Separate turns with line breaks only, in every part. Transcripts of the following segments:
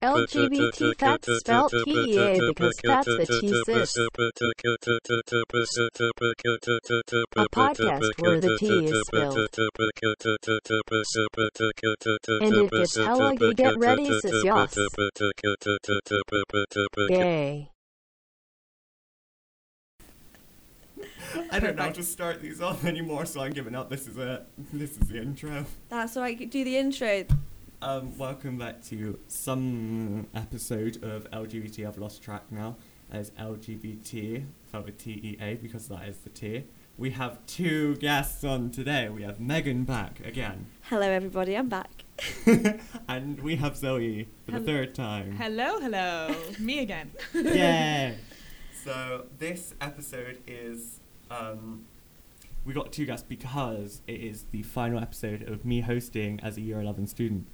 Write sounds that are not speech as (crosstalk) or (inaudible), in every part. LGBT that's spelled T-E-A E because that's what she says.
A podcast where the T is spilled. And it gets how you get ready, sis yas.
Gay.
I don't know how to start these off (laughs) anymore, so I'm giving up. This is it. (laughs) This is the intro.
That's why I could do the intro.
Um, welcome back to some episode of LGBT. I've lost track now. That is LGBT, spelled with T-E-A because that is the T. We have two guests on today. We have Megan back again, (laughs)
Hello, everybody. I'm back.
and we have Zoe for the
Hello.
third time.
Hello, hello.
(laughs)
Me again.
Yay! (laughs) so this episode is um, we got two guests because it is the final episode of me hosting as a year 11
(gasps)
student.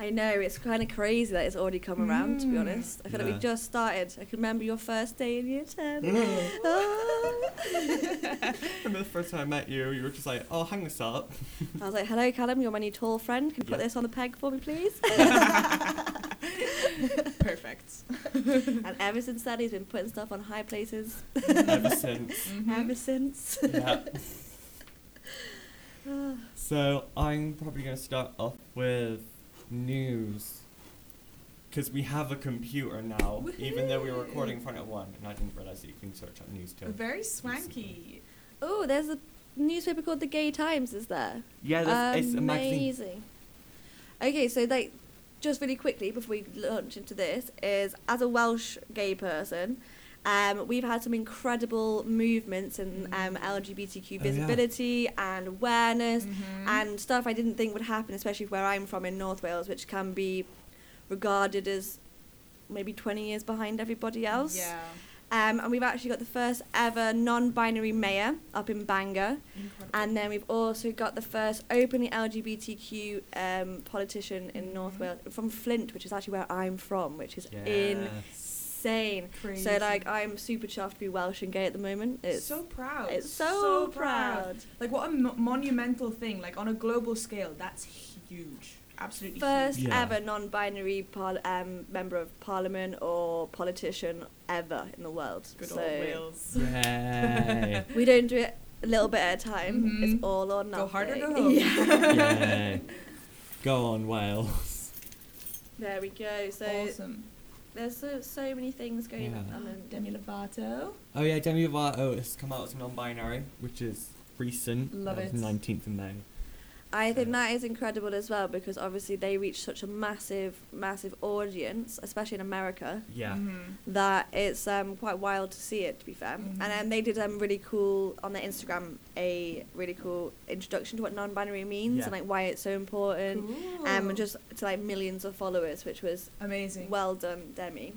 I know it's kind of crazy that it's already come around. To be
Mm.
honest, I feel like
Yeah.
we just started. I can remember your first day in year ten.
Mm.
(laughs) Ah.
Remember the first time I met you, you were just like, "Oh, hang this
(laughs)
up."
I was like, "Hello, Callum. You're my new tall friend. Can you put
Yeah.
this on the peg for
(laughs)
me, please?"
Perfect.
and ever since then, he's been putting stuff on high places.
Ever since,
(laughs) Ever since. (laughs)
yeah.
(sighs)
So I'm probably gonna start off with news, because we have a computer now, even though we were recording in front of one, and I didn't realize that you can search up news too.
Very swanky.
Oh, there's a newspaper called the Gay Times. Is there?
Yeah, that's, it's a magazine.
Amazing. Okay, so like, just really quickly before we launch into this, is as a Welsh gay person, um, we've had some incredible movements in um, LGBTQ
Oh, yeah.
visibility and awareness and stuff I didn't think would happen, especially where I'm from in North Wales, which can be regarded as maybe 20 years behind everybody else.
Yeah.
Um, and we've actually got the first ever non-binary mayor up in Bangor. And then we've also got the first openly LGBTQ um, politician in North Wales from Flint, which is actually where I'm from, which is
Yes.
insane.
Crazy.
So like I'm super chuffed to be Welsh and gay at the moment. It's
so proud.
it's so, proud.
Like what a mo- monumental thing. Like on a global scale, that's huge. Absolutely.
First
Yeah.
ever non-binary par- um, member of parliament or politician ever in the world.
huge. Good
so
old Wales.
Yay.
(laughs) we don't do it a little bit at a time.
Mhm.
It's all or nothing.
Go hard or go
(laughs)
home.
Yay. (laughs) Go on, Wales.
There we go. So
awesome.
there's so, so many things going
Yeah.
on. at the moment.
Demi Lovato.
Oh yeah, Demi Lovato has come out as non-binary, which is recent.
Love
that was
it.
Nineteenth of May.
I think
Yeah.
that is incredible as well because obviously they reach such a massive, massive audience, especially in America,
Yeah.
Mhm.
that it's um, quite wild to see it. To be fair,
Mhm.
and um, they did um really cool on their Instagram a really cool introduction to what non-binary means
Yeah.
and like why it's so important, um,
Cool.
and just to like millions of followers, which was
amazing.
well done, Demi.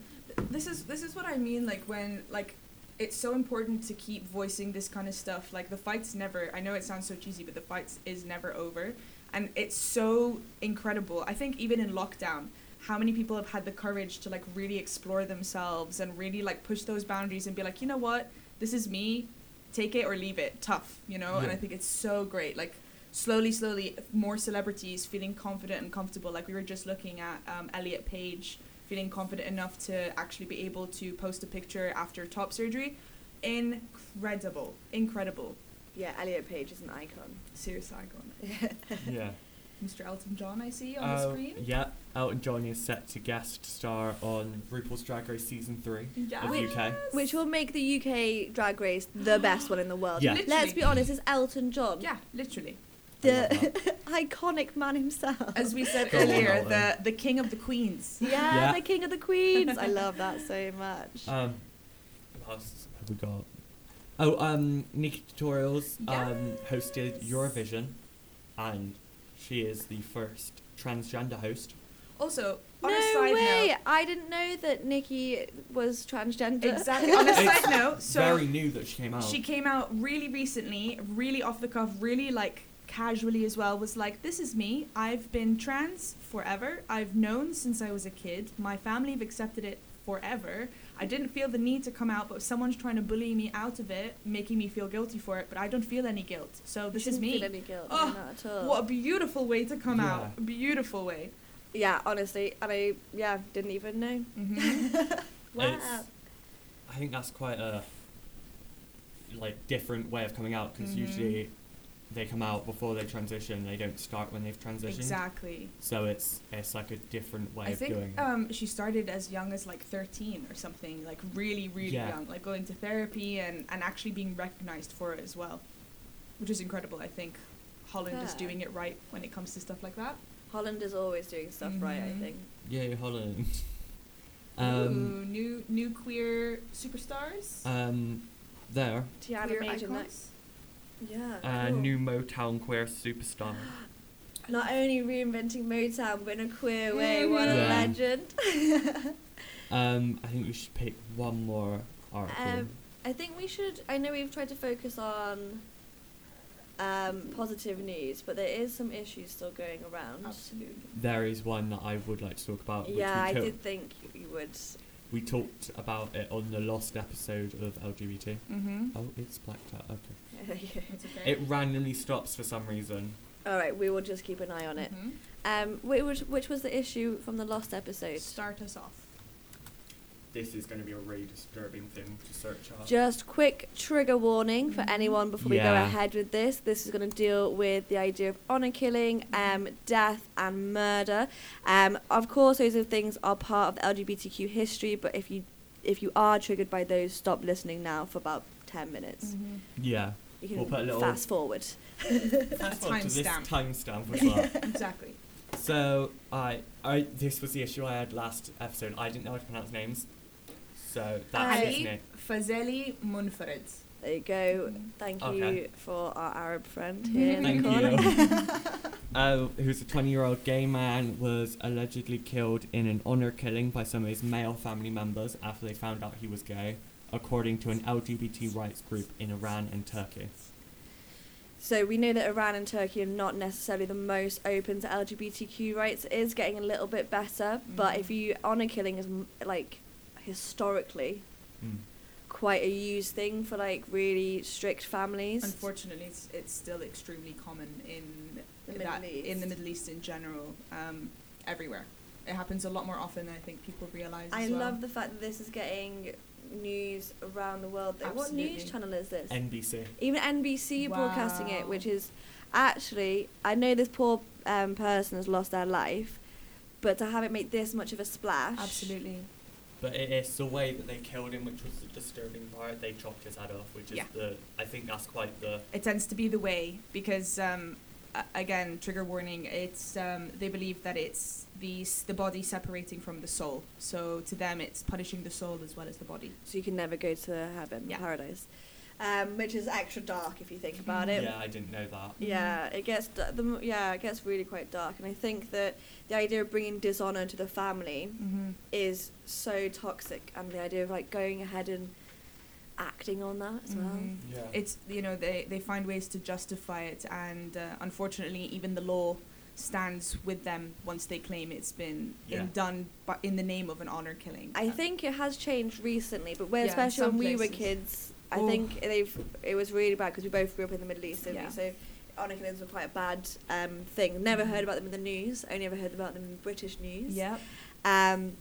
this is this is what I mean like when like it's so important to keep voicing this kind of stuff like the fight's never I know it sounds so cheesy but the fight is never over and it's so incredible I think even in lockdown how many people have had the courage to like really explore themselves and really like push those boundaries and be like you know what this is me take it or leave it tough you know and
Yeah.
I think it's so great like slowly slowly more celebrities feeling confident and comfortable like we were just looking at um, Elliot Page feeling confident enough to actually be able to post a picture after top surgery. Incredible. Incredible.
Yeah, Elliot Page is an icon.
Serious icon.
(laughs)
Yeah.
Mr. Elton John, I see on the
Oh,
screen.
yeah. Elton John is set to guest star on RuPaul's Drag Race season three
Yeah.
of UK.
Which will make the UK drag race the best one in the world.
Yeah.
Let's
Literally.
be honest, it's Elton John.
Yeah,
(laughs)
literally.
I love that.
the (laughs) iconic man himself.
As we said
Go on,
earlier, the,
Elton.
the king of the queens.
yeah,
Yeah.
the king of the queens. I love that so much.
Um, what else have we got? Oh, um, Nikki Tutorials um, hosted Eurovision, and she is the first transgender host.
Also,
no
on a side
way!
note.
I didn't know that Nikki was transgender.
Exactly.
(laughs)
On a
It's
side note, so
Very new that she came out.
She came out really recently, really off the cuff, really like casually as well. Was like, "This is me. I've been trans forever. I've known since I was a kid. My family have accepted it forever. I didn't feel the need to come out, but someone's trying to bully me out of it, making me feel guilty for it. But I don't feel any guilt. So this
She
is
didn't
me.
Feel any guilt, no,
Oh,
not at all.
What a beautiful way to come out.
Yeah.
Beautiful way.
yeah, honestly, and I yeah didn't even know. (laughs)
Mhm.
Wow.
It's- I think that's quite a like different way of coming out because
Mhm.
usually they come out before they transition. They don't start when they've transitioned.
exactly.
So it's it's like a different way
I
of doing.
think
it.
um, she started as young as like 13 or something, like really, really
Yeah.
young, like going to therapy and, and actually being recognized for it as well, which is incredible. I think Holland is
Yeah.
doing it right when it comes to stuff like that.
Holland is always doing stuff right. I
Mhm.
think.
Yay, Holland. um,
Ooh, new new queer superstars.
um, there.
Tiana
queer
Major Mac-
icons.
Yeah.
Uh,
cool.
new Motown queer
(gasps)
superstar.
Not only reinventing Motown, but in a queer way. What a
Mhm.
Yeah.
legend. (laughs)
um, I think we should pick one more article.
Um, I think we should. I know we've tried to focus on um, positive news, but there is some issues still going around.
Absolutely.
there is one that I would like to talk about. Which
Yeah,
Uh, we
I
took-
did think you would.
We talked about it on the lost episode of LGBT.
Mm-hmm.
Oh, it's blacked out. Okay.
It's okay.
It randomly stops for some reason.
All right, we will just keep an eye on it.
Mhm.
Um, which was, which was the issue from the last episode?
Start us off.
This is going to be a really disturbing thing to search up.
Just quick trigger warning for
Mhm.
anyone before we go
Yeah.
ahead with this. This is going to deal with the idea of honor killing, um, death, and murder. Um, of course, those are things are part of the LGBTQ history, but if you if you are triggered by those, stop listening now for about ten minutes.
Mm-hmm.
yeah.
You can
We'll put a little-
fast forward.
That's
time
to this
stamp.
timestamp as
(laughs)
well.
(laughs) exactly.
so I, I, this was the issue I had last episode. I didn't know how to pronounce names, so that's his
Ali
name.
Fazeli Munfarid.
There you go.
Mhm.
Thank you
Okay.
for our Arab friend
Mm-hmm.
here in
Thank
the corner. (laughs)
(laughs)
(laughs) Uh, who's a 20-year-old gay man was allegedly killed in an honor killing by some of his male family members after they found out he was gay, according to an LGBT rights group in Iran and Turkey.
So we know that Iran and Turkey are not necessarily the most open to LGBTQ rights. It is getting a little bit better, but
Mhm.
if you honor killing is m- like historically
Mm.
quite a used thing for like really strict families.
Unfortunately, it's, it's still extremely common in
The
that,
Middle
in the
East.
Middle East in general, um, everywhere. It happens a lot more often than I think people realize.
I
as well.
love the fact that this is getting news around the world. Th- What news
Absolutely.
channel is this?
NBC.
Even NBC broadcasting it,
Wow.
which is actually, I know this poor um, person has lost their life, but to have it make this much of a splash.
absolutely.
But it is the way that they killed him, which was the disturbing part. They chopped his head off, which is
Yeah.
the. I think that's quite the.
It tends to be the way because um, a- again, trigger warning. It's um, they believe that it's the s- the body separating from the soul. So to them, it's punishing the soul as well as the body.
so you can never go to heaven,
Yeah.
paradise, um, which is extra dark if you think about it.
Yeah, I didn't know that.
Yeah, it gets d- the m- yeah it gets really quite dark, and I think that the idea of bringing dishonor to the family
Mm-hmm.
is so toxic, and the idea of like going ahead and acting on that as well.
Mm-hmm.
Yeah.
it's you know they, they find ways to justify it and uh, unfortunately even the law stands with them once they claim it's been
Yeah.
in done bu- in the name of an honor killing
I think it has changed recently, but where
Yeah, in
especially when
some
we were
places.
kids, I
Ooh.
think they've it was really bad because we both grew up in the Middle East, didn't
Yeah.
we? So honor killings were quite a bad um, thing. Never
Mhm.
heard about them in the news. Only ever heard about them in British news.
yeah
Um,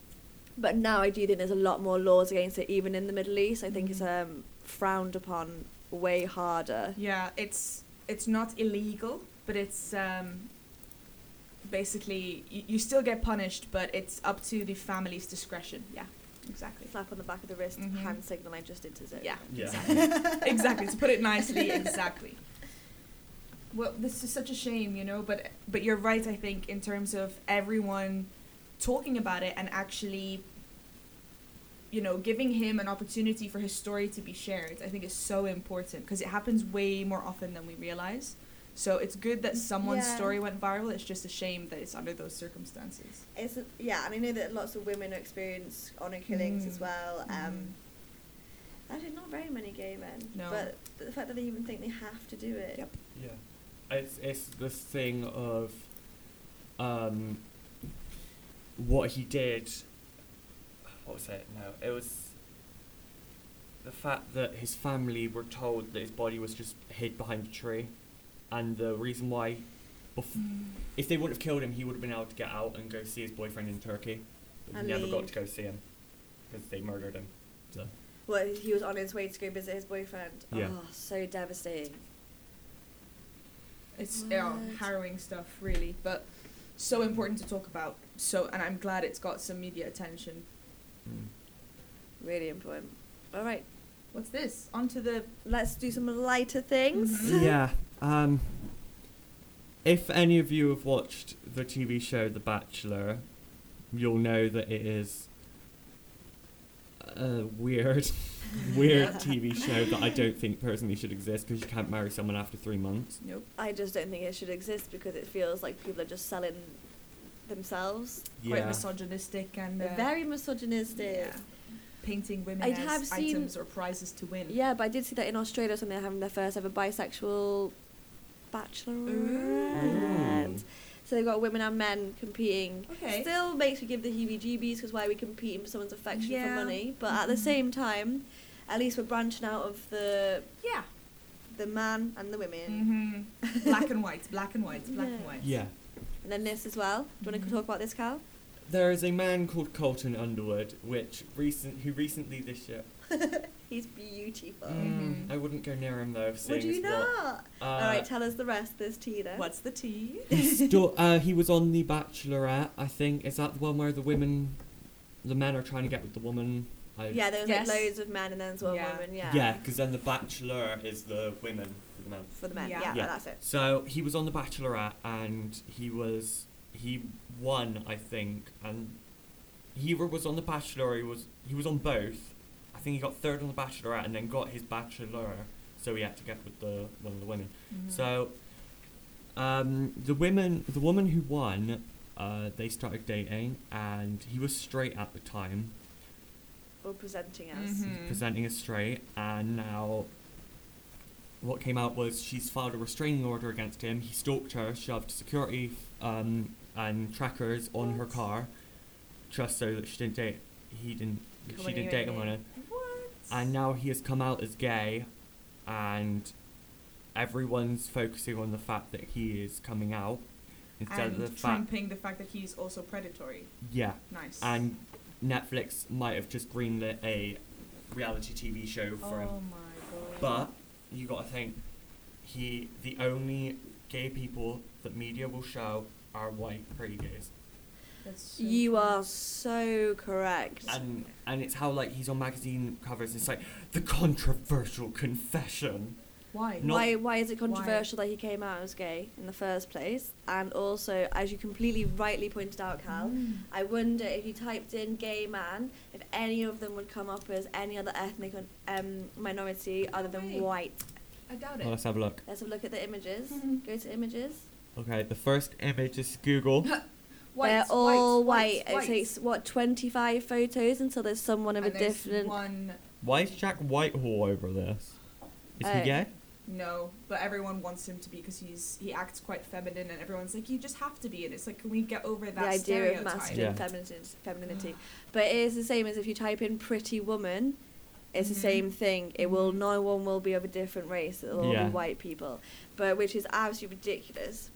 but now I do think there's a lot more laws against it, even in the Middle East. I think it's
Mhm.
um, frowned upon way harder.
yeah it's it's not illegal but it's um basically y- you still get punished but it's up to the family's discretion yeah exactly
Slap on the back of the wrist,
Mhm.
hand signal. I just did to Zoe. (laughs)
Yeah,
Yeah.
(laughs) exactly. (laughs) exactly. To put it (laughs) nicely, exactly. Well, this is such a shame, you know. But but you're right. I think in terms of everyone talking about it and actually, you know, giving him an opportunity for his story to be shared, I think is so important because it happens way more often than we realize. So it's good that someone's
Yeah.
story went viral. It's just a shame that it's under those circumstances.
It's, yeah, and I know that lots of women experience honor killings
Mm.
as well.
Mhm.
Um, Actually, not very many gay men.
No.
But the fact that they even think they have to do it.
Yep.
Yeah, it's it's this thing of, um, what he did. What was it? No, it was. The fact that his family were told that his body was just hid behind a tree, and the reason why Bef-
Mm.
if they wouldn't have killed him, he would have been able to get out and go see his boyfriend in Turkey. But
And
he never got
leave.
to go see him because they murdered him. So
Well, he was on his way to go visit his boyfriend.
Yeah.
Oh, so devastating.
It's yeah,
What?
harrowing stuff, really, but so important to talk about. So, and I'm glad it's got some media attention.
mm.
Really important. All right,
What's this? Onto the
let's do some lighter things. (laughs)
Mhm.
yeah. Um, if any of you have watched the TV show The Bachelor, you'll know that it is a weird,
(laughs)
weird TV show that I don't think personally should exist because you can't marry someone after three months.
nope.
I just don't think it should exist because it feels like people are just selling themselves.
Quite misogynistic and uh,
They're very misogynistic.
yeah. painting women
I
as
have seen-
items or prizes to win.
Yeah, but I did see that in Australia, something they're having their first ever bisexual bachelorette.
Ooh.
So they've got women and men competing.
Okay.
Still makes me give the heebie-jeebies because why are we competing for someone's affection
Yeah.
for money? But at the
Mhm.
same time, at least we're branching out of the
Yeah.
the man and the women.
hmm black and white, black and white, black and
Yeah.
white.
Yeah.
And then this as well. Do you want
Mhm.
to talk about this, Cal? (laughs)
There is a man called Colton Underwood, which recent who recently this year.
He's beautiful.
Mhm.
I wouldn't go near him though.
Mm-hmm. Would
seeing
you
as what- Mm.
not?
Uh,
All right, tell us the rest. There's Tina.
What's the tea?
(laughs)
He's still, uh, he was on The Bachelorette, I think. Is that the one where the women, the men are trying to get with the woman? I,
Yeah, there was
Yes.
like loads of men and then there's one
Yeah.
woman. Yeah.
Yeah, because then The Bachelor is the women for the men.
For the men.
Yeah.
Yeah, yeah.
Yeah.
that's it.
So he was on The Bachelorette and he was, he won, I think. And he either was on The Bachelor, or he was, he was on both. I think he got third on The Bachelorette and then got his Bachelor, so he had to get with the one of the women.
Mm-hmm.
So, um, the women, the woman who won, uh, they started dating, and he was straight at the time,
Or presenting as.
Mhm.
presenting as straight, and now. What came out was she's filed a restraining order against him. He stalked her, shoved security um, and trackers on her
What?
car, just so that she didn't date. He didn't. she
Come on,
didn't
you
date
and
him on
me.
it.
What?
And now he has come out as gay, and everyone's focusing on the fact that he is coming out instead
and
of the fact.
trumping the fact that he's also predatory.
Yeah,
Nice.
and Netflix might have just greenlit a reality TV show
oh
for him.
my god.
But you gotta think, he the only gay people that media will show are white pretty gays,
That's so
You
cool.
are so correct.
and and it's how like he's on magazine covers. It's like the controversial confession.
Why?
not-
why why is it
Why?
controversial that he came out as gay in the first place? And also, as you completely rightly pointed out, Cal,
Mm.
I wonder if you typed in gay man, if any of them would come up as any other ethnic um, minority other than
Wait.
white.
I doubt
Well,
it.
let's have a look.
Let's have a look at the images.
Mhm.
Go to images.
Okay, the first image is
(laughs)
Google.
(laughs) White,
They're all
white,
white. It takes what twenty five photos until there's someone of
and
a
there's
different.
One,
Why is Jack Whitehall over this? Is he
Uh,
gay?
no, but everyone wants him to be because he's he acts quite feminine, and everyone's like, you just have to be, and it's like, can we get over that
the idea of
stereotype?
masculine
Yeah.
femininity, femininity. But it is the same as if you type in "pretty woman," it's
Mhm.
the same thing. It will
Mhm.
no one will be of a different race. It'll all
Yeah.
be white people, but which is absolutely ridiculous.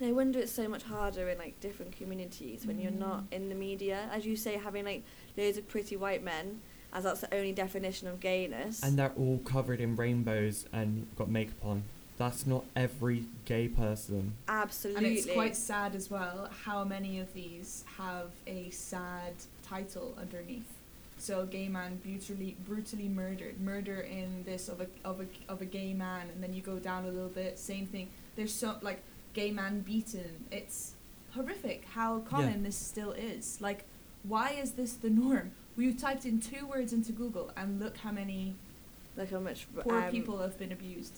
And I wonder it's so much harder in like different communities when you're not
Mm.
in the media, as you say, having like loads of pretty white men, as that's the only definition of gayness.
And they're all covered in rainbows and got makeup on. That's not every gay person.
absolutely.
And it's quite sad as well how many of these have a sad title underneath. So gay man brutally brutally murdered, murder in this of a of a of a gay man, and then you go down a little bit, same thing. There's so like gay man beaten. It's horrific how common this still is. Like, why is this the norm? We typed in two words into Google, and look how many
Look how much
poor
um,
people have been abused.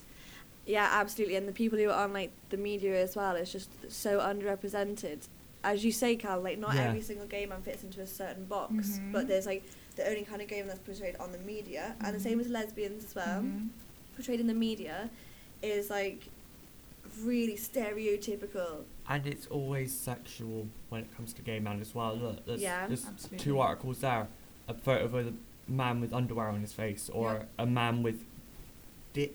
Yeah, absolutely. And the people who are on like the media as well is just so underrepresented. As you say, Cal, like not
Yeah.
every single gay man fits into a certain box,
Mhm.
but there's like the only kind of gay man that's portrayed on the media, and the same
Mhm.
as lesbians as well.
Mhm.
Portrayed in the media is like really stereotypical.
And it's always sexual when it comes to gay men as well. Look, there's,
Yeah,
there's
absolutely.
two articles there. A photo of a man with underwear on his face or
Yep.
a man with dick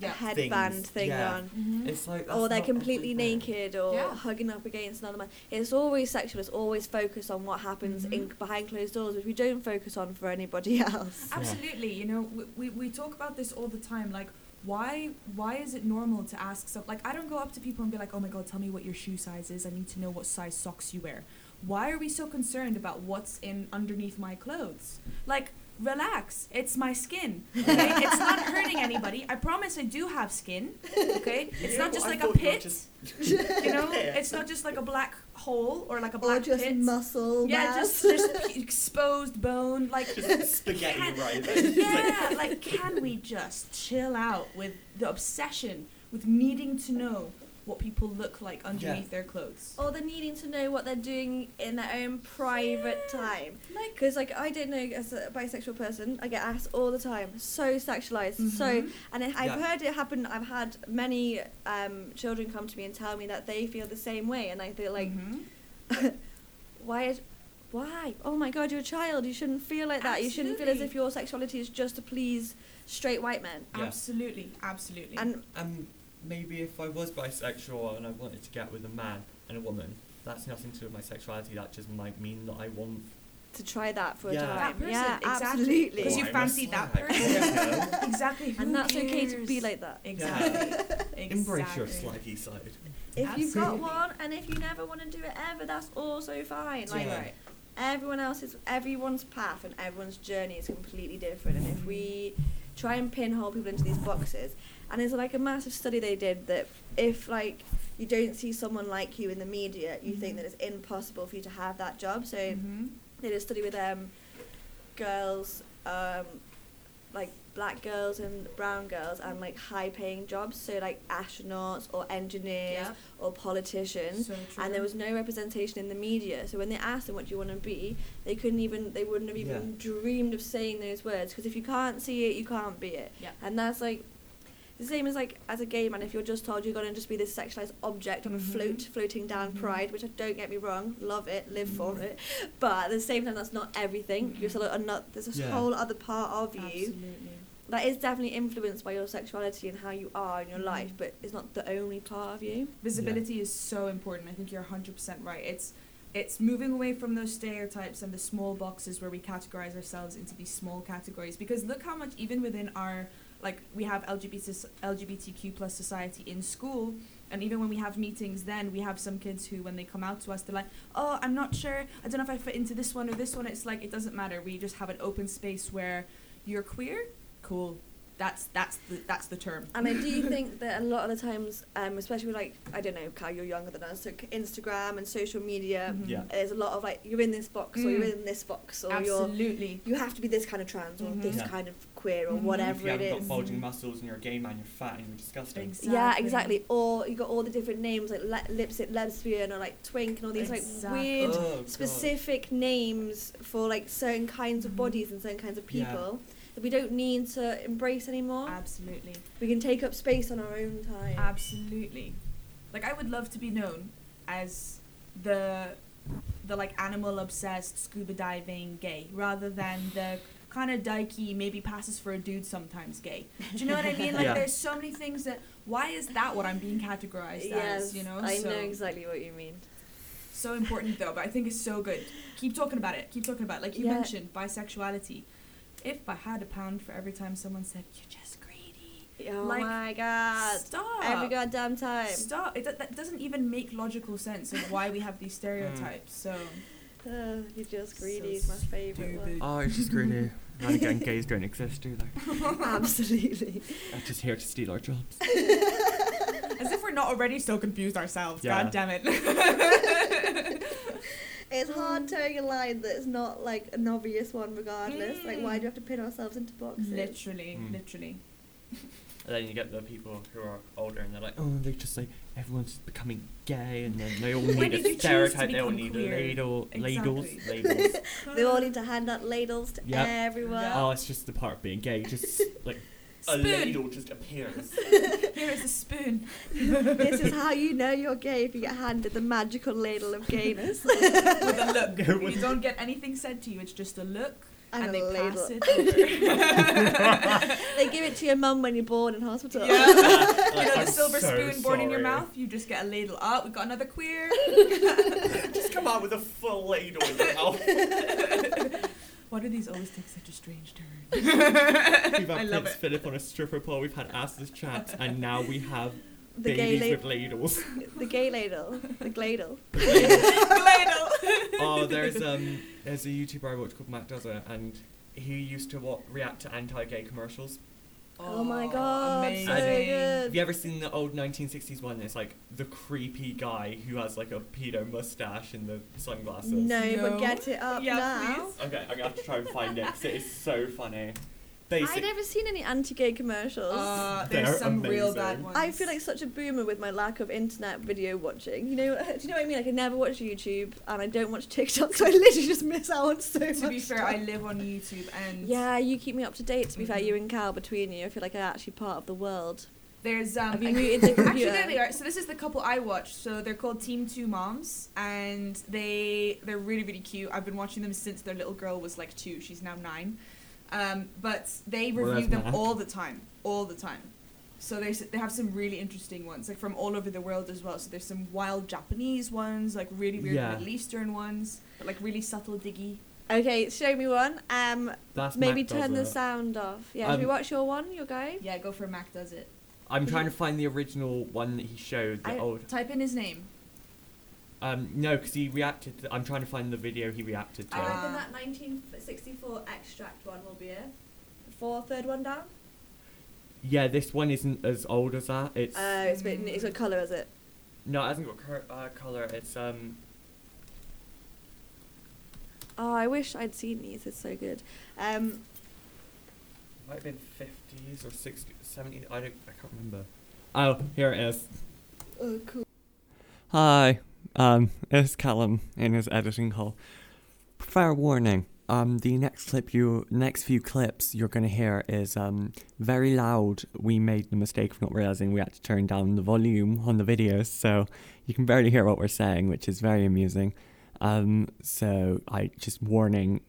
Yeah.
headband
Things,
thing
yeah.
on.
Mhm.
It's like
Mm-hmm.
that's
or they're
not
completely
everything. (laughs)
naked or
Yeah.
hugging up against another man. It's always sexual. It's always focused on what happens
Mm-hmm.
in behind closed doors, which we don't focus on for anybody (laughs) else.
Yeah.
Absolutely, you know, we, we, we talk about this all the time. Like, why why is it normal to ask some? Like, I don't go up to people and be like, "Oh my god, tell me what your shoe size is. I need to know what size socks you wear." Why are we so concerned about what's in underneath my clothes? Like, relax. It's my skin.
(laughs)
Okay, it's not hurting anybody. I promise, I do have skin.
(laughs)
Okay, it's
You know
not just
what? I
like a
thought you were
pit.
just-
You know,
(laughs) Yeah.
it's not just like a black hole or like a
Or
black
just
pit.
muscle
yeah,
mass.
just (laughs) just p- exposed bone.
(laughs)
Like,
just spaghetti right (laughs)
yeah, like can we just chill out with the obsession with needing to know what people look like underneath their clothes?
Or they're needing to know what they're doing in their own private time.
Like,
Because, like, I don't know, as a bisexual person, I get asked all the time, so sexualized, so.
Mhm.
And it, I've
Yeah.
heard it happen, I've had many um, children come to me and tell me that they feel the same way, and I feel like, (laughs)
Mhm.
why is why oh my god you're a child you shouldn't feel like that you shouldn't feel as
Absolutely.
if your sexuality is just to please straight white men
Yeah.
absolutely, absolutely.
and
Um, maybe if I was bisexual and I wanted to get with a man and a woman, that's nothing to do with my sexuality. That just might mean that I want.
to try that for
Yeah.
a time
that person,
yeah
exactly.
absolutely
Because
Oh,
you
I'm a
fancy that
slag.
person.
Yeah.
(laughs) exactly. who
and that's okay to
cares?
be like that
(laughs)
Exactly.
Embrace your
Exactly.
slaggy side.
if you've got
Absolutely.
one and if you never want to do it ever that's also fine like
Yeah.
Right.
everyone else's everyone's path and everyone's journey is completely different and if we try and pinhole people into these boxes and there's like a massive study they did that if like you don't see someone like you in the media you think
Mhm.
that it's impossible for you to have that job so
Mhm.
they did a study with um girls um like black girls and brown girls and like high paying jobs so like astronauts or engineers
Yeah.
or politicians
So true.
and there was no representation in the media. So when they asked them what do you want to be, they couldn't even they wouldn't have even dreamed of saying those words because if you can't see it, you can't be it.
Yeah.
And that's like the same as like as a gay man, if you're just told you're gonna just be this sexualized object on a
Mhm.
float floating down
Mhm.
Pride, which I don't get me wrong, love it, live
Mm-hmm.
for it, but at the same time that's not everything. You're still a not there's a
Yeah.
whole other part of you
Absolutely.
that is definitely influenced by your sexuality and how you are in your life,
Mhm.
but it's not the only part of you.
visibility is so important. I think you're 100% right. It's it's moving away from those stereotypes and the small boxes where we categorize ourselves into these small categories because look how much even within our like we have LGBT LGBTQ plus society in school and even when we have meetings then we have some kids who when they come out to us they're like oh I'm not sure I don't know if I fit into this one or this one it's like it doesn't matter we just have an open space where you're queer cool that's that's the that's the term
And I
(laughs)
do think that a lot of the times, um, especially with like I don't know, Kyle, you're younger than us, so c- Instagram and social media,
Mhm.
Yeah.
there's a lot of like you're in this box or you're
Mm.
in this box or you're
absolutely
you have to be this kind of trans or
Mhm.
this
Yeah.
kind of queer or
Mhm.
If
whatever
Mm-hmm. you
it
haven't got
is.
bulging muscles and you're a gay man, you're fat and you're disgusting.
Ex-
Yeah,
Exactly.
exactly. Or you got all the different names like le- lipstick lesbian or like twink and all these
Exactly.
like weird
Oh, God.
specific names for like certain kinds of
Mhm.
bodies and certain kinds of
Yeah.
people that we don't need to embrace anymore.
Absolutely.
we can take up space on our own time.
Absolutely. Like I would love to be known as the the like animal obsessed scuba diving gay rather than the kind of dykey maybe passes for a dude sometimes gay. Do you know what I mean? Like
Yeah.
there's so many things that why is that what I'm being categorized as, you know?
I
so
know exactly what you mean.
so important though, but I think it's so good. Keep talking about it. Keep talking about it. Like you
Yeah.
mentioned bisexuality. If I had a pound for every time someone said you're just greedy.
Oh
Like,
my god.
Stop.
Uh, Every goddamn time.
Stop! It, that, that doesn't even make logical sense of why we
(laughs)
have these
Hmm.
stereotypes. So
Oh, you're just
So
greedy is my favourite
(laughs)
one.
Oh, it's just (laughs) greedy. and again, gays don't exist, do they?
Absolutely.
They're just here to steal our jobs.
as if we're not already so confused ourselves.
Yeah.
God damn it!
(laughs)
(laughs)
It's hard towing a line that's not like an obvious one regardless. Like
Mm.
why do we have to pin ourselves into boxes?
literally,
Mm.
literally.
And then you get the people who are older and they're like, oh, they just like, everyone's becoming gay and then they all
(laughs) When
need
did you
a
choose
stereotype,
to
they all
become
need
queer?
ladle,
(laughs)
ladles,
Exactly.
ladles.
They all
Hmm.
need to hand out ladles to
Yep.
everyone.
Yeah.
Oh, it's just the part of being gay,
(laughs)
just like a
Spoon.
ladle just appears.
(laughs) Here is a spoon.
This is how you know you're gay if you get handed the magical ladle of
(laughs)
gayness.
With a look.
Go
you
(laughs) with-
don't get anything said to you. It's just a look.
And
and
a
they
(laughs)
pass
ladle.
it over.
They give it to your mum when you're born in
(laughs)
hospital.
(laughs) Yeah. you know,
I'm
the silver
so
spoon born in your
sorry.
mouth, you just get a ladle. Ah, we got another
(laughs)
queer.
Just come out with a full ladle in
(laughs)
your mouth.
Why do these always take such a
(laughs)
strange turn?
We've had
I
Prince
love it.
Philip on a stripper pole, we've had assless
(laughs)
chaps, and now we have
The
babies
gay
with ladles.
la- the gay ladle. The gladle.
(laughs) ladle.
oh, there's um, there's a YouTuber I watch called Matt Dozer, and he used to wa react to anti-gay commercials.
Oh, my god, so
amazing.
good.
Have you ever seen the old 1960s one? It's like the creepy guy who has like a pedo mustache and the sunglasses.
No, but
No.
get it up
Yeah,
now.
please.
Okay, I'm gonna have to try and find it 'cause it is so funny.
I've
Basically,
never seen any anti-gay commercials.
Uh,
They're
there's some real bad
amazing.
ones.
I feel like such a boomer with my lack of internet video watching. You know, (laughs) do you know what I mean? Like I never watch YouTube and I don't watch TikTok, (laughs) so I literally just miss out on so much.
to be fair,
stuff.
I Mm-hmm. live on YouTube, and
yeah, you keep me up to date. To be fair, you and Cal between you, I feel like I'm actually part of the world.
there's um.
Have you
a-
muted the
(laughs) Actually,
computer?
there they are. So this is the couple I watch. So they're called Team Two Moms, and they they're really really cute. I've been watching them since their little girl was like two. She's now nine, um, but they
Well,
review
that's
them
mad.
all the time, all the time. So there's they have some really interesting ones, like from all over the world as well. So there's some wild Japanese ones, like really weird
Yeah.
Middle Eastern ones, but, like really subtle diggy.
Okay, show me one. Um,
that's
maybe
Matt
turn the
Dozer.
sound off. Yeah, should we
Um,
watch your one, your guy?
Yeah, go for Mac does it.
I'm trying to find the original one that he showed. The
I-
old.
Type in his name.
Um, no, because he reacted. To, I'm trying to find the video he reacted
Oh,
to.
I reckon that
1964 extract one will be it. Four, third one down.
yeah, this one isn't as old as that. It's
Uh, it's a bit. It's got colour, is it?
no, it hasn't got cur- uh, color. It's um,
Oh, I wish I'd seen these. It's so good. Um,
might have been 50s or 60s, 70s. I don't. I can't remember. Oh, here it is.
oh, cool.
Hi, um, it's Callum in his editing hall. Fair warning, um, the next clip you, next few clips you're gonna hear is um very loud. We made the mistake of not realizing we had to turn down the volume on the videos, so you can barely hear what we're saying, which is very amusing. Um, so I just warning,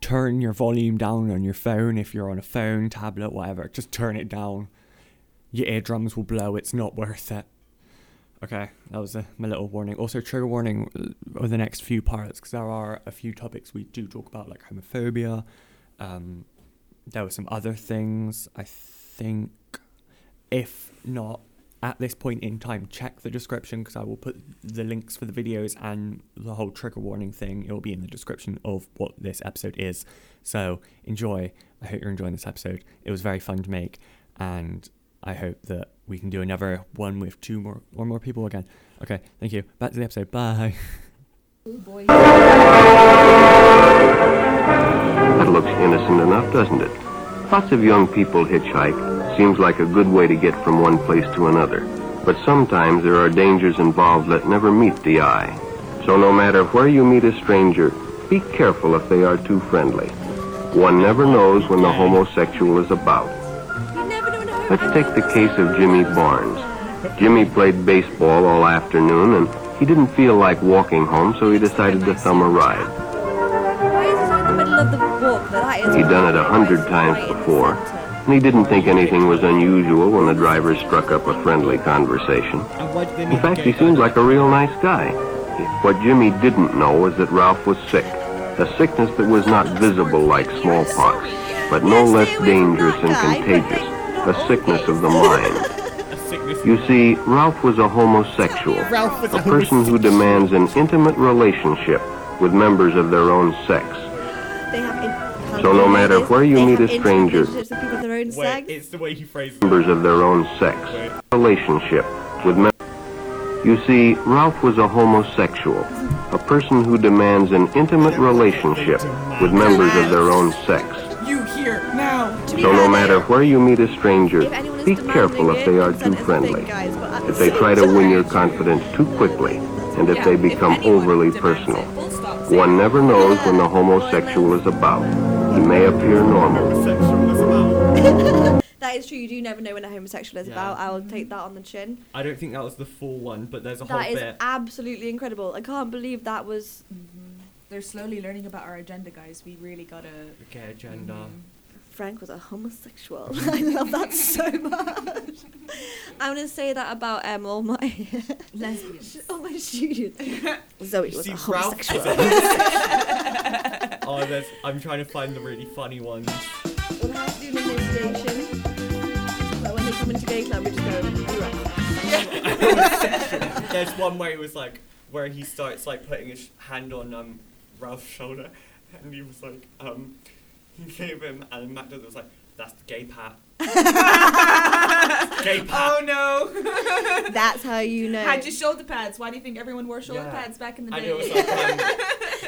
turn your volume down on your phone if you're on a phone, tablet, whatever. Just turn it down. Your eardrums will blow. It's not worth it. Okay, that was uh my little warning. Also, trigger warning uh, over the next few parts because there are a few topics we do talk about, like homophobia. Um, there were some other things. I think, if not at this point in time, check the description because I will put the links for the videos and the whole trigger warning thing. It will be in the description of what this episode is. So enjoy. I hope you're enjoying this episode. It was very fun to make, and I hope that we can do another one with two more or more people again. Okay, thank you. Back to the episode. Bye.
Boy.
That looks innocent enough, doesn't it? Lots of young people hitchhike. Seems like a good way to get from one place to another. But sometimes there are dangers involved that never meet the eye. So no matter where you meet a stranger, be careful if they are too friendly. One never knows when the homosexual is about.
You never know. when a
Let's
homo-
take the case of Jimmy Barnes. Jimmy played baseball all afternoon, and he didn't feel like walking home, so he decided to thumb a ride.
Why is it in the middle of the walk? That is.
He'd done it a hundred
Why
times
is it right in the
before.
centre?
And he didn't think anything was unusual when the driver struck up a friendly conversation.
And why did they
In fact, he seemed like a real nice guy. What Jimmy didn't know was that Ralph was sick, a sickness that was not visible like smallpox, but no
Yes,
less
they were
dangerous
not
and
guy, but
contagious,
they-
a sickness of the mind. You see, Ralph was a homosexual,
Ralph was
a person who demands an intimate relationship with members of their own sex.
They have in-
So no matter where you
they
meet
have
a stranger-
interrelationships with people of their own sex.
it's the way he phrased
members of their own sex relationship with men. You see, Ralph was a homosexual, a person who demands an intimate relationship with members of their own sex.
You here now.
To be
So no
fair,
matter where you meet a stranger,
if anyone is
be
demanding
careful if
it,
they are
consent
too
is a thing,
friendly,
guys, but at
if
the
they
same (laughs)
try to win
time-
your confidence too quickly, and if
Yeah,
they become
anyone
overly
demands
personal.
it, full stop, say
One
it.
never knows when the homosexual is about. He may appear normal,
That is true. You do never know when a homosexual is
Yeah.
about. I will take that on the chin.
I don't think that was the full one, but there's a whole
That is
bit.
absolutely incredible. I can't believe that was
they're slowly learning about our agenda, guys. We really gotta.
Okay, agenda.
Mhm.
Frank was a homosexual. (laughs) I love that so (laughs) much. I'm gonna say that about um, all my (laughs)
(laughs)
Lesbians.
all my students. Zoe was
See,
a
Ralph-
homosexual.
Oh, there's, I'm trying to find the really funny ones.
We'll have to do negotiation. Like when they come into gay club, we just go, "You're right."
There's one where he was like, where he starts like putting his hand on um, Ralph's shoulder, and he was like, um, he gave him, and Matt Dillon was like, that's the gay pat. gay pat.
Oh no!
That's how you know.
(laughs) Had you shoulder pads? Why do you think everyone wore shoulder
Yeah.
pads back in the
and
day? (laughs)
it was like, um,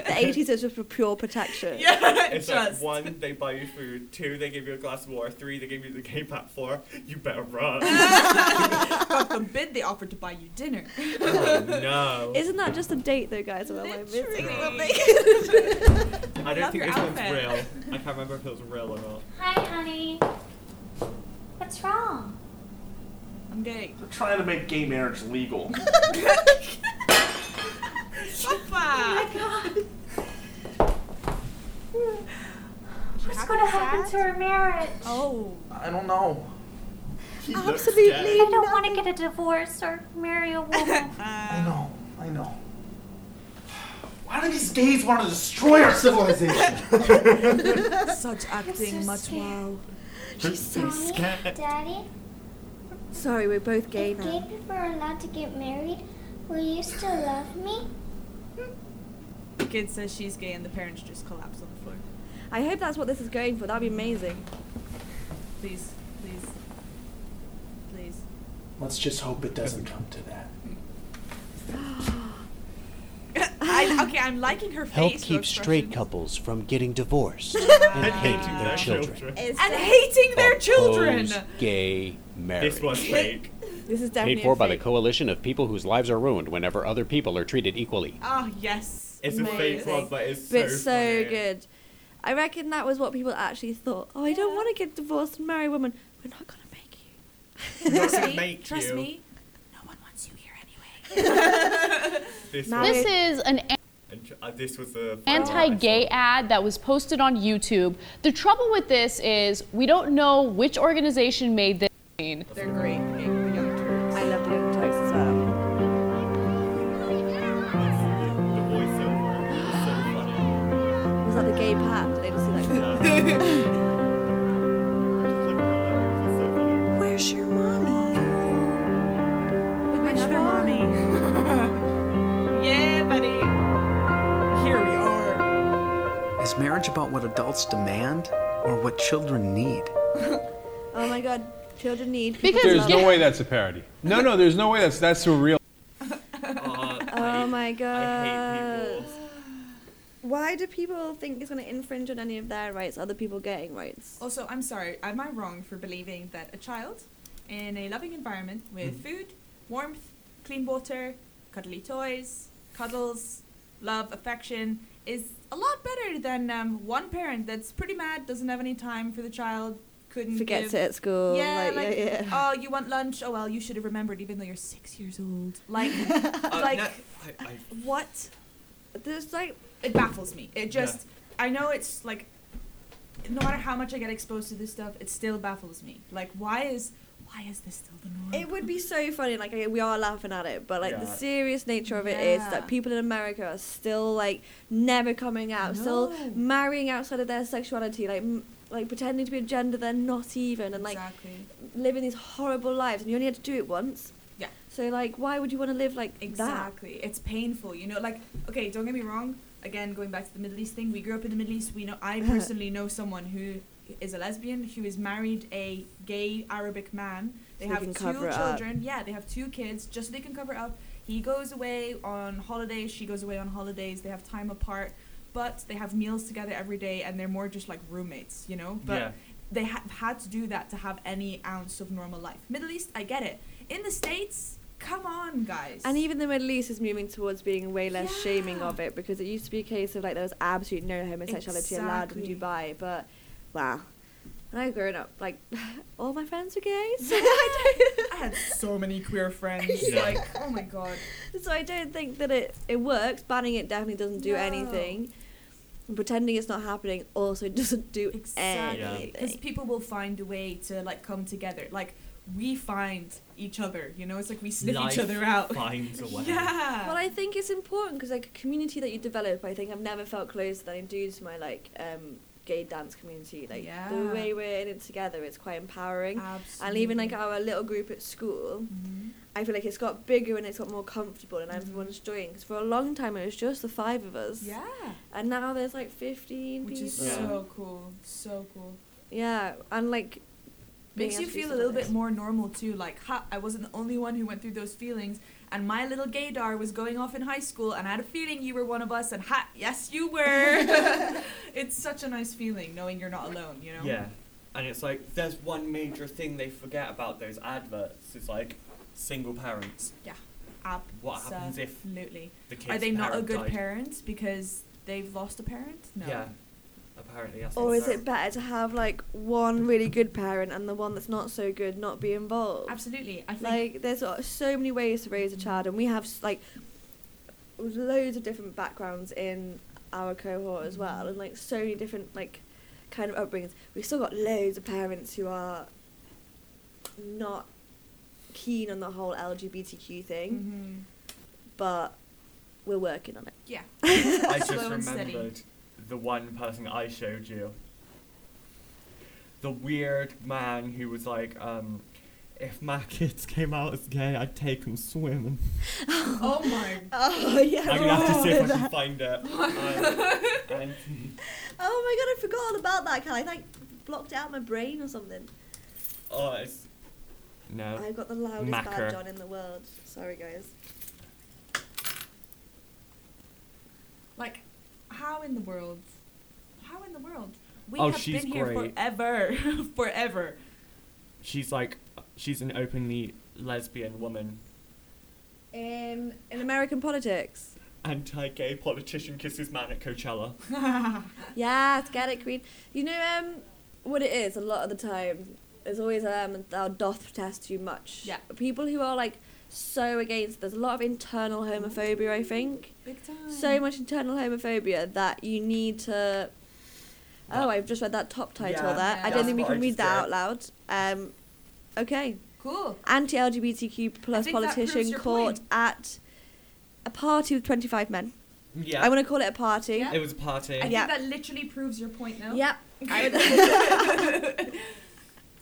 the 80s was just for pure protection.
yeah,
it's like
just.
one, they buy you food, two, they give you a glass of water, three, they give you the gay pat, four, you better run.
God forbid they offered to buy you
(laughs)
dinner. (laughs)
oh, no.
Isn't that just a date though, guys? Or am I missing
Literally.
something?
I don't
Love
think
your
this one's
outfit.
real. I can't remember if it was real or not.
Hi, honey. What's wrong?
I'm gay.
We're trying to make gay marriage legal.
(laughs)
Papa!
Oh God. What's going to happen to her marriage?
Oh.
I don't know.
Absolutely.
I don't want to get a divorce or marry (laughs) a woman.
I know. I know. Why do these gays want to destroy our civilization?
Such
acting, so much scared.
wow.
She's
Mommy, Daddy,
Sorry, we're both gay
if gay
now.
people are allowed to get married, will you still love me?
The kid says she's gay and the parents just collapse on the floor.
I hope that's what this is going for. That'd be amazing.
Please, please, please.
Let's just hope it doesn't
(laughs)
come to that.
I, okay, I'm liking her face.
Help
her
keep straight
expression.
couples from getting divorced and hating their children.
And hating their children!
Oppose Gay marriage.
This one's fake.
This is definitely
Paid for
a
by the
fake.
coalition of people whose lives are ruined whenever other people are treated equally.
Ah, yes.
It's a fake
Amazing.
one, but it's so
But it's so
funny.
good. I reckon that was what people actually thought. Oh, I don't
Yeah.
want to get divorced and marry a woman. We're not gonna make you.
It's gonna
See?
make
Trust
you.
me, no one wants you here (laughs) anyway.
This,
Now-
was,
This is an
and tr- uh, this was the
anti-gay ad that was posted on YouTube. The trouble with this is we don't know which organization made this.
They're great. Gay young Turks.
I love doing jokes as well.
The voiceover. It's so funny.
Was that the gay pat? Did I just see that?
Yeah. It's so funny.
Where's your mommy? Where's your mommy?
(laughs) Yeah, buddy. Here we are.
Is marriage about what adults demand or what children need?
Oh my god, children need.
Because
people's
There's no
love.
way
that's a parody. No, no, there's no way that's that's surreal.
Uh,
Uh,
Oh my
I
god.
hate people.
Why do people think it's going to infringe on any of their rights, other people getting rights?
Also, I'm sorry, am I wrong for believing that a child in a loving environment with
Hmm.
food, warmth, clean water, cuddly toys, cuddles, love, affection is a lot better than um, one parent that's pretty mad, doesn't have any time for the child, couldn't
Forgets
give-
it at school.
Yeah,
Oh, like,
like,
yeah, yeah.
oh, you want lunch? Oh well, you should have remembered, even though you're six years old.
(laughs)
Like,
Uh,
like
no, I, I,
what?
There's like,
it baffles me. It just, I know it's like, no matter how much I get exposed to this stuff, it still baffles me. Like, why is, why is this still the norm?
it
(laughs)
would be so funny. Like, I- we are laughing at it, but like, the
Yeah.
serious nature of it is
Yeah.
that people in America are still like never coming out, still
No.
marrying outside of their sexuality, like, m- like pretending to be a gender they're not even, and like
exactly.
living these horrible lives. And you only had to do it once.
Yeah.
So like, why would you want to live like that?
Exactly. It's painful, you know. Like, okay, don't get me wrong. Again, going back to the Middle East thing, we grew up in the Middle East. We know.
(laughs)
I personally know someone who is a lesbian who is married a gay Arabic man. They
So they
have
can
two
cover it
children.
up.
Yeah, they have two kids, just so they can cover up. He goes away on holidays. She goes away on holidays. They have time apart, but they have meals together every day, and they're more just like roommates, you know. But
yeah.
they ha- have had to do that to have any ounce of normal life. Middle East, I get it. In the States, come on, guys.
And even the Middle East is moving towards being way less shaming
Yeah.
of it because it used to be a case of like there was absolutely no homosexuality allowed in
Exactly.
Dubai, but wow. when I was growing up, like (laughs) all my friends were gay, so I don't.
I (laughs) had so many queer friends.
(laughs) Yeah.
Like, oh my god.
(laughs) So I don't think that it, it works. Banning it definitely doesn't do
No.
anything. And pretending it's not happening also (laughs) doesn't do
Exactly. Because
anything.
people will find a way to like come together. Like we find each other. You know, it's like we sniff
Life
each other out. (laughs)
finds a way.
Yeah.
Well, I think it's important because like a community that you develop, I think I've never felt closer than I do to my like um, gay dance community. Like the
Yeah.
way we're in it together, it's quite empowering.
Absolutely.
And even like our little group at school,
Mhm.
I feel like it's got bigger and it's got more comfortable, and
Mm-hmm.
everyone's joining. Because for a long time it was just the five of us,
Yeah.
and now there's like fifteen
Which
people.
is
Yeah.
so cool. So cool.
Yeah, and like
Makes
being
you
able to do
feel a
stuff
little
like
bit
this.
more normal too. Like, ha, I wasn't the only one who went through those feelings, and my little gaydar was going off in high school, and I had a feeling you were one of us, and ha, yes, you
(laughs)
were. (laughs) it's such a nice feeling knowing you're not alone. You know.
Yeah. And it's like, there's one major thing they forget about those adverts. It's like, single parents.
Absolutely.
What happens if The kids
Are they not a
parent
good
died?
parent because they've lost a parent? No.
Yeah. Apparently, that's
Or
what's
is it better to have like one really good parent and the one that's not so good not be involved?
Absolutely. I think.
Like there's uh, so many ways to raise a child, and we have s- like loads of different backgrounds in our cohort as well, and like so many different like kind of upbringings. We've still got loads of parents who are not keen on the whole LGBTQ thing,
Mhm.
but we're working on it.
Yeah. (laughs)
I just
Slow and
remembered
steady.
the one person I showed you. The weird man who was like, um, if my (laughs) kids came out as gay, I'd take them swimming.
oh my.
Oh yeah.
I'm gonna have to see if I can
(laughs)
find it. Um, and-
Oh my god, I forgot all about that. Can I like blocked it out my brain or something?
oh, it's. No.
I've got the loudest
Uh, Macker.
badge on in the world. Sorry guys.
Like, how in the world? How in the world? We
Oh,
have
she's
been here
great.
forever, (laughs) forever.
She's like, she's an openly lesbian woman.
In in American politics.
Anti gay politician kisses man at Coachella.
Yes, get it, Queen. You know um what it is a lot of the time. There's always um thou doth protest too much.
Yeah.
People who are like so against there's a lot of internal homophobia I think.
Big time.
So much internal homophobia that you need to Oh,
That-
I've just read that top title
Yeah,
there. I don't
that's
think we
what
can
I
read
just
that out
did.
loud. Um okay.
cool.
anti-LGBTQ
I
plus
think that proves
politician
your
caught
point.
at a party with 25 men.
Yeah.
I want to call it a party.
Yeah.
it was a party.
I
Yeah.
think that literally proves your point, no? (laughs)
Yep. I (laughs) would-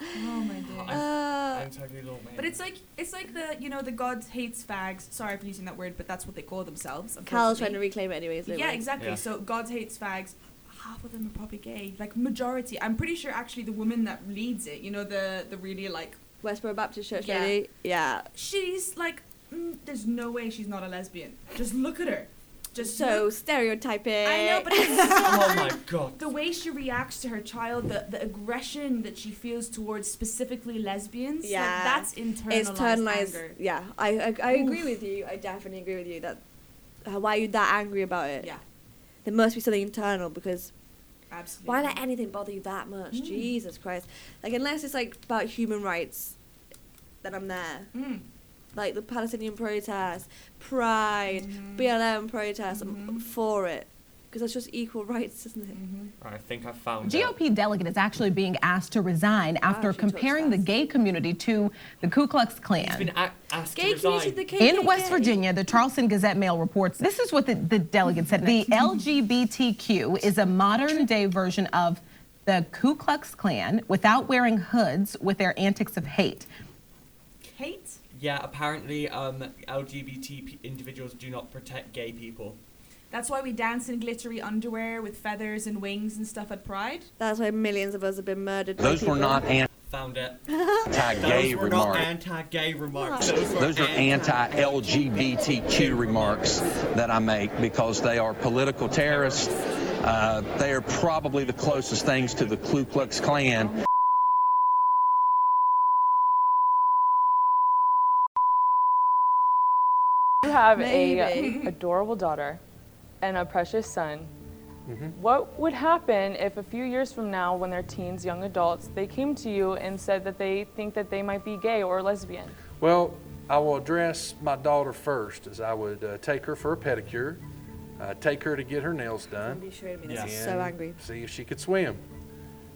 Oh my god.
uh,
I'm totally not mad.
But it's like it's like the you know the God hates fags. Sorry for using that word, but that's what they call themselves.
Cal's trying to
unfortunately.
reclaim it anyways. don't
Yeah,
we?
exactly.
Yeah.
So God hates fags. Half of them are probably gay. Like majority. I'm pretty sure actually the woman that leads it, you know, the the really like
Westboro Baptist Church
Yeah.
lady. Yeah.
she's like mm, there's no way she's not a lesbian. Just look at her. Just
so
look-
stereotyping.
I know, but
(laughs)
it's so
oh my god.
the way she reacts to her child, the, the aggression that she feels towards specifically lesbians, like,
Yeah.
that's internalized,
it's internalized.
anger.
Yeah, I I, I agree with you. I definitely agree with you that. uh, Why are you that angry about it?
Yeah,
There must be something internal because
absolutely.
Why let anything bother you that much?
Mm.
Jesus Christ. Like, unless it's like about human rights, then I'm there.
Mm.
Like the Palestinian protests, Pride,
Mm-hmm.
BLM protests, I'm
Mhm.
for it. Because that's just equal (laughs) rights, isn't it?
Mm-hmm.
I think I found it.
GOP delegate is actually being asked to resign after
she talks
comparing the
fast.
gay community to the Ku Klux
He's been
Klan.
a- asked
Gay
to
community,
resign.
the KKK.
In West Virginia, the Charleston Gazette Mail reports this is what the, the delegate said. The LGBTQ is a modern day version of the Ku Klux Klan without wearing hoods with their antics of hate.
Hate?
yeah, apparently um, LGBT p- individuals do not protect gay people.
That's why we dance in glittery underwear with feathers and wings and stuff at Pride.
That's why millions of us have been murdered. by
Those were
people.
not
Found it.
anti-gay
Those were not
remarks.
anti-gay remarks.
Right.
Those were
Those are anti-LGBTQ remarks that I make because they are political terrorists. Uh, they are probably the closest things to the Ku Klux Klan.
You have
Maybe.
uh,
(laughs)
a adorable daughter and a precious son
Mm-hmm.
What would happen if a few years from now, when they're teens, young adults, they came to you and said that they think that they might be gay or lesbian?
Well, I will address my daughter first, as I would uh, take her for a pedicure, uh, take her to get her nails done.
Somebody showed me this. I'm so
and
angry.
See if she could swim.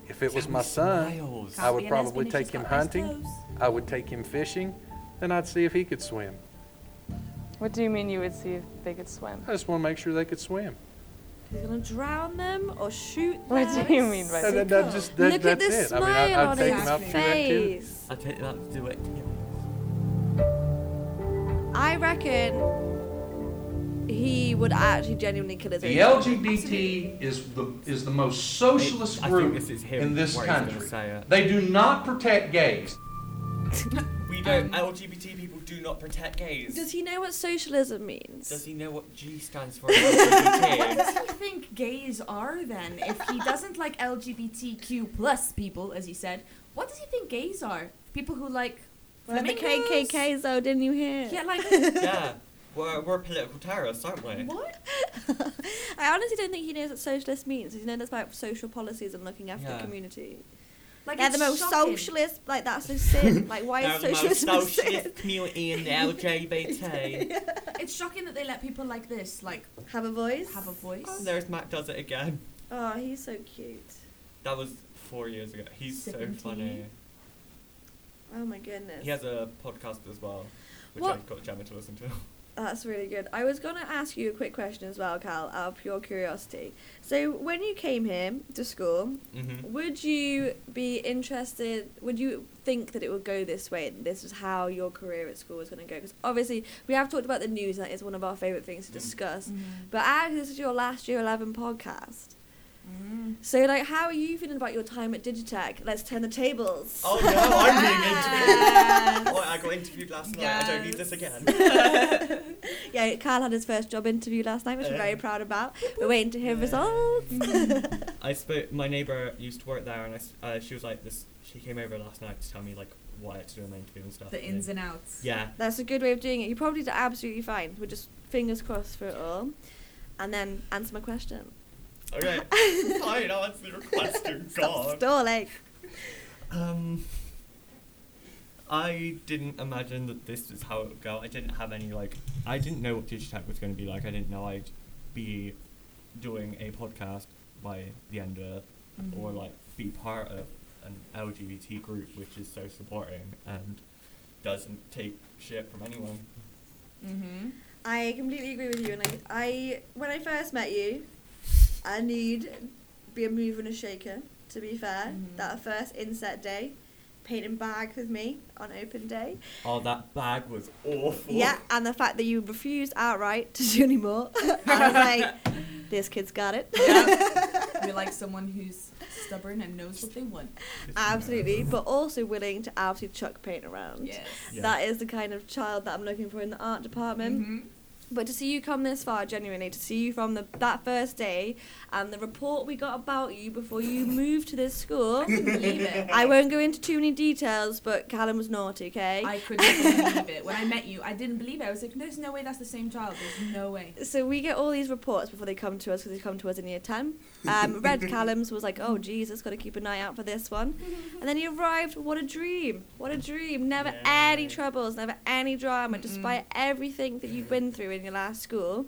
If it was
Young
my son,
smiles.
I would
Can't be a lesbian
probably
if
take
she's
him
got nice
hunting.
clothes.
I would take him fishing, and I'd see if he could swim.
What do you mean you would see if they could swim?
I just want to make sure they could swim.
He's gonna drown them or shoot them.
What do you mean by
that? That- that just- that-
Look at the
that's it. I
smile
mean, I- I'd
on
take
his
him out for that too.
face.
I take that to do it.
I reckon he would actually genuinely kill his
The
own son.
LGBT is the is the most socialist
I think
group
this is him,
in this
what he's gonna
country.
say it.
They do not protect gays.
We don't. LGBT people do not protect gays.
Does he know what socialism means?
Does he know what G stands for?
what
LGBT?
does he think gays are then? If he doesn't like LGBTQ plus people, as he said, what does he think gays are? People who like
We're the
flamingos?
KKKs though, didn't you hear?
Yeah,
(laughs)
like-
yeah, we're, we're political terrorists, aren't we?
What?
(laughs) I honestly don't think he knows what socialist means. He knows that's about social policies and looking after
Yeah.
the community.
Like,
They're
it's
the most
shocking.
socialist. Like that's a sin. like
(laughs)
why is
They're the most
socialism (laughs) a sin?
socialist community in the
(laughs)
LGBT.
It's shocking that they let people like this like
have a voice.
Have a voice.
oh, there's Matt does it again.
Oh, he's so cute.
That was four years ago. He's
Sipping tea.
so funny.
Oh my goodness.
He has a podcast as well, which
What-
I've got Gemma
(laughs)
to listen to.
That's really good. I was going to ask you a quick question as well, Cal, out of pure curiosity. So, when you came here to school,
Mhm.
would you be interested? Would you think that it would go this way? and This is how your career at school was going to go? Because obviously, we have talked about the news, and that is one of our favourite things
Mm.
to discuss.
Mm-hmm.
But actually, this is your last year 11 podcast.
Mm-hmm.
So, like, how are you feeling about your time at Digitech? Let's turn the tables.
Oh no, I'm being interviewed. Well, I got interviewed last night. I don't need this again.
yeah, Carl had his first job interview last night, which we're
Yeah. Mm.
very proud about. We're waiting to hear results. (laughs)
I spoke. My neighbor used to work there, and I s uh, she was like this. She came over last night to tell me like what I had to do in my interview and stuff.
The ins and outs.
Yeah.
That's a good way of doing it. You probably did absolutely fine. We're just fingers crossed for it all. And then answer my question. (laughs)
Okay. Fine. I'll answer your question. God.
Stalling.
Um, I didn't imagine that this was how it would go. I didn't have any like. I didn't know what Digitech was going to be like. I didn't know I'd be doing a podcast by the end of it, or
Mhm.
Mm-hmm.
like be part of an LGBT group which is so supporting and doesn't take shit from anyone.
Mm-hmm.
I completely agree with you. And I, I when I first met you, I need be a mover and a shaker. To be fair,
Mm-hmm.
that first inset day, painting bags with me on open day.
Oh, that bag was awful.
Yeah, and the fact that you refused outright to do any more. (laughs) I was like, this kid's got it.
we like someone who's stubborn and knows what they want.
Absolutely, but also willing to absolutely chuck paint around.
Yes.
Yeah.
That is the kind of child that I'm looking for in the art department. But to see you come this far, genuinely, to see you from the, that first day and the report we got about you before you moved to this school, I,
it.
won't go into too many details, but Callum was naughty, okay?
I couldn't believe it. When I met you, I didn't believe it. I was like, there's no way that's the same child. There's no way.
so we get all these reports before they come to us because they come to us in year 10.
(laughs)
Um, Red Callum's was like, oh, Jesus, got to keep an eye out for this one. And then he arrived. What a dream. What a dream. Never any troubles, never any drama,
Mm.
despite everything that you've been through in your last school.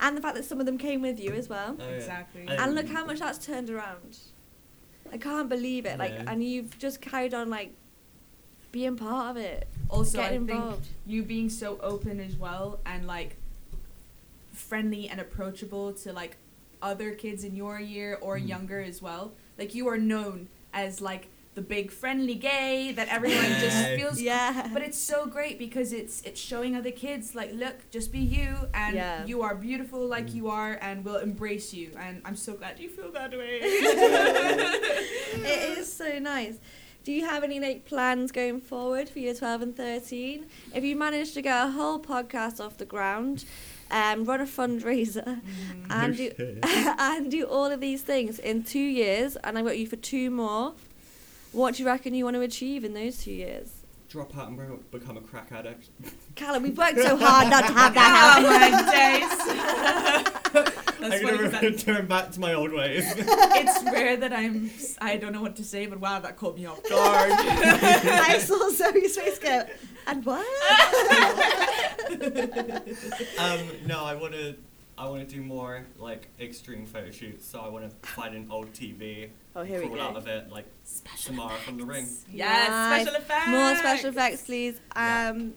And the fact that some of them came with you as well.
Oh, yeah. Exactly.
And look how much that's turned around. I can't believe it. Like,
Yeah.
and you've just carried on, like, being part of it.
Also,
getting
I think
involved.
(laughs) you being so open as well and like friendly and approachable to like other kids in your year or
Mm.
younger as well. Like you are known as like the big friendly gay that everyone just
Yeah.
feels
Yeah.
but it's so great because it's it's showing other kids like look just be you and
Yeah.
you are beautiful like you are and we'll embrace you and I'm so glad you feel
(laughs)
that way. (laughs)
it is so nice. Do you have any like plans going forward for year 12 and 13? If you manage to get a whole podcast off the ground, um, run a fundraiser, and,
No
do,
shit.
(laughs) and do all of these things in two years, and I've got you for two more, what do you reckon you want to achieve in those two years?
Drop out and be- become a crack addict.
(laughs)
Callum, we've worked so hard not to have that happen. (laughs)
Oh my days.
I'm
funny
gonna
'cause that-
re-
(laughs)
turn back to my old ways.
it's rare that I'm. I don't know what to say, but wow, that caught me off guard.
(laughs) (laughs) I saw Zoe's face go, and what?
um, no, I want to. I want to do more like extreme photo shoots. So I want to find an old TV.
Oh, here we
crawl
go.
out of it like Samara from The Ring.
Yes,
Nice.
special effects.
More special effects, please. Um,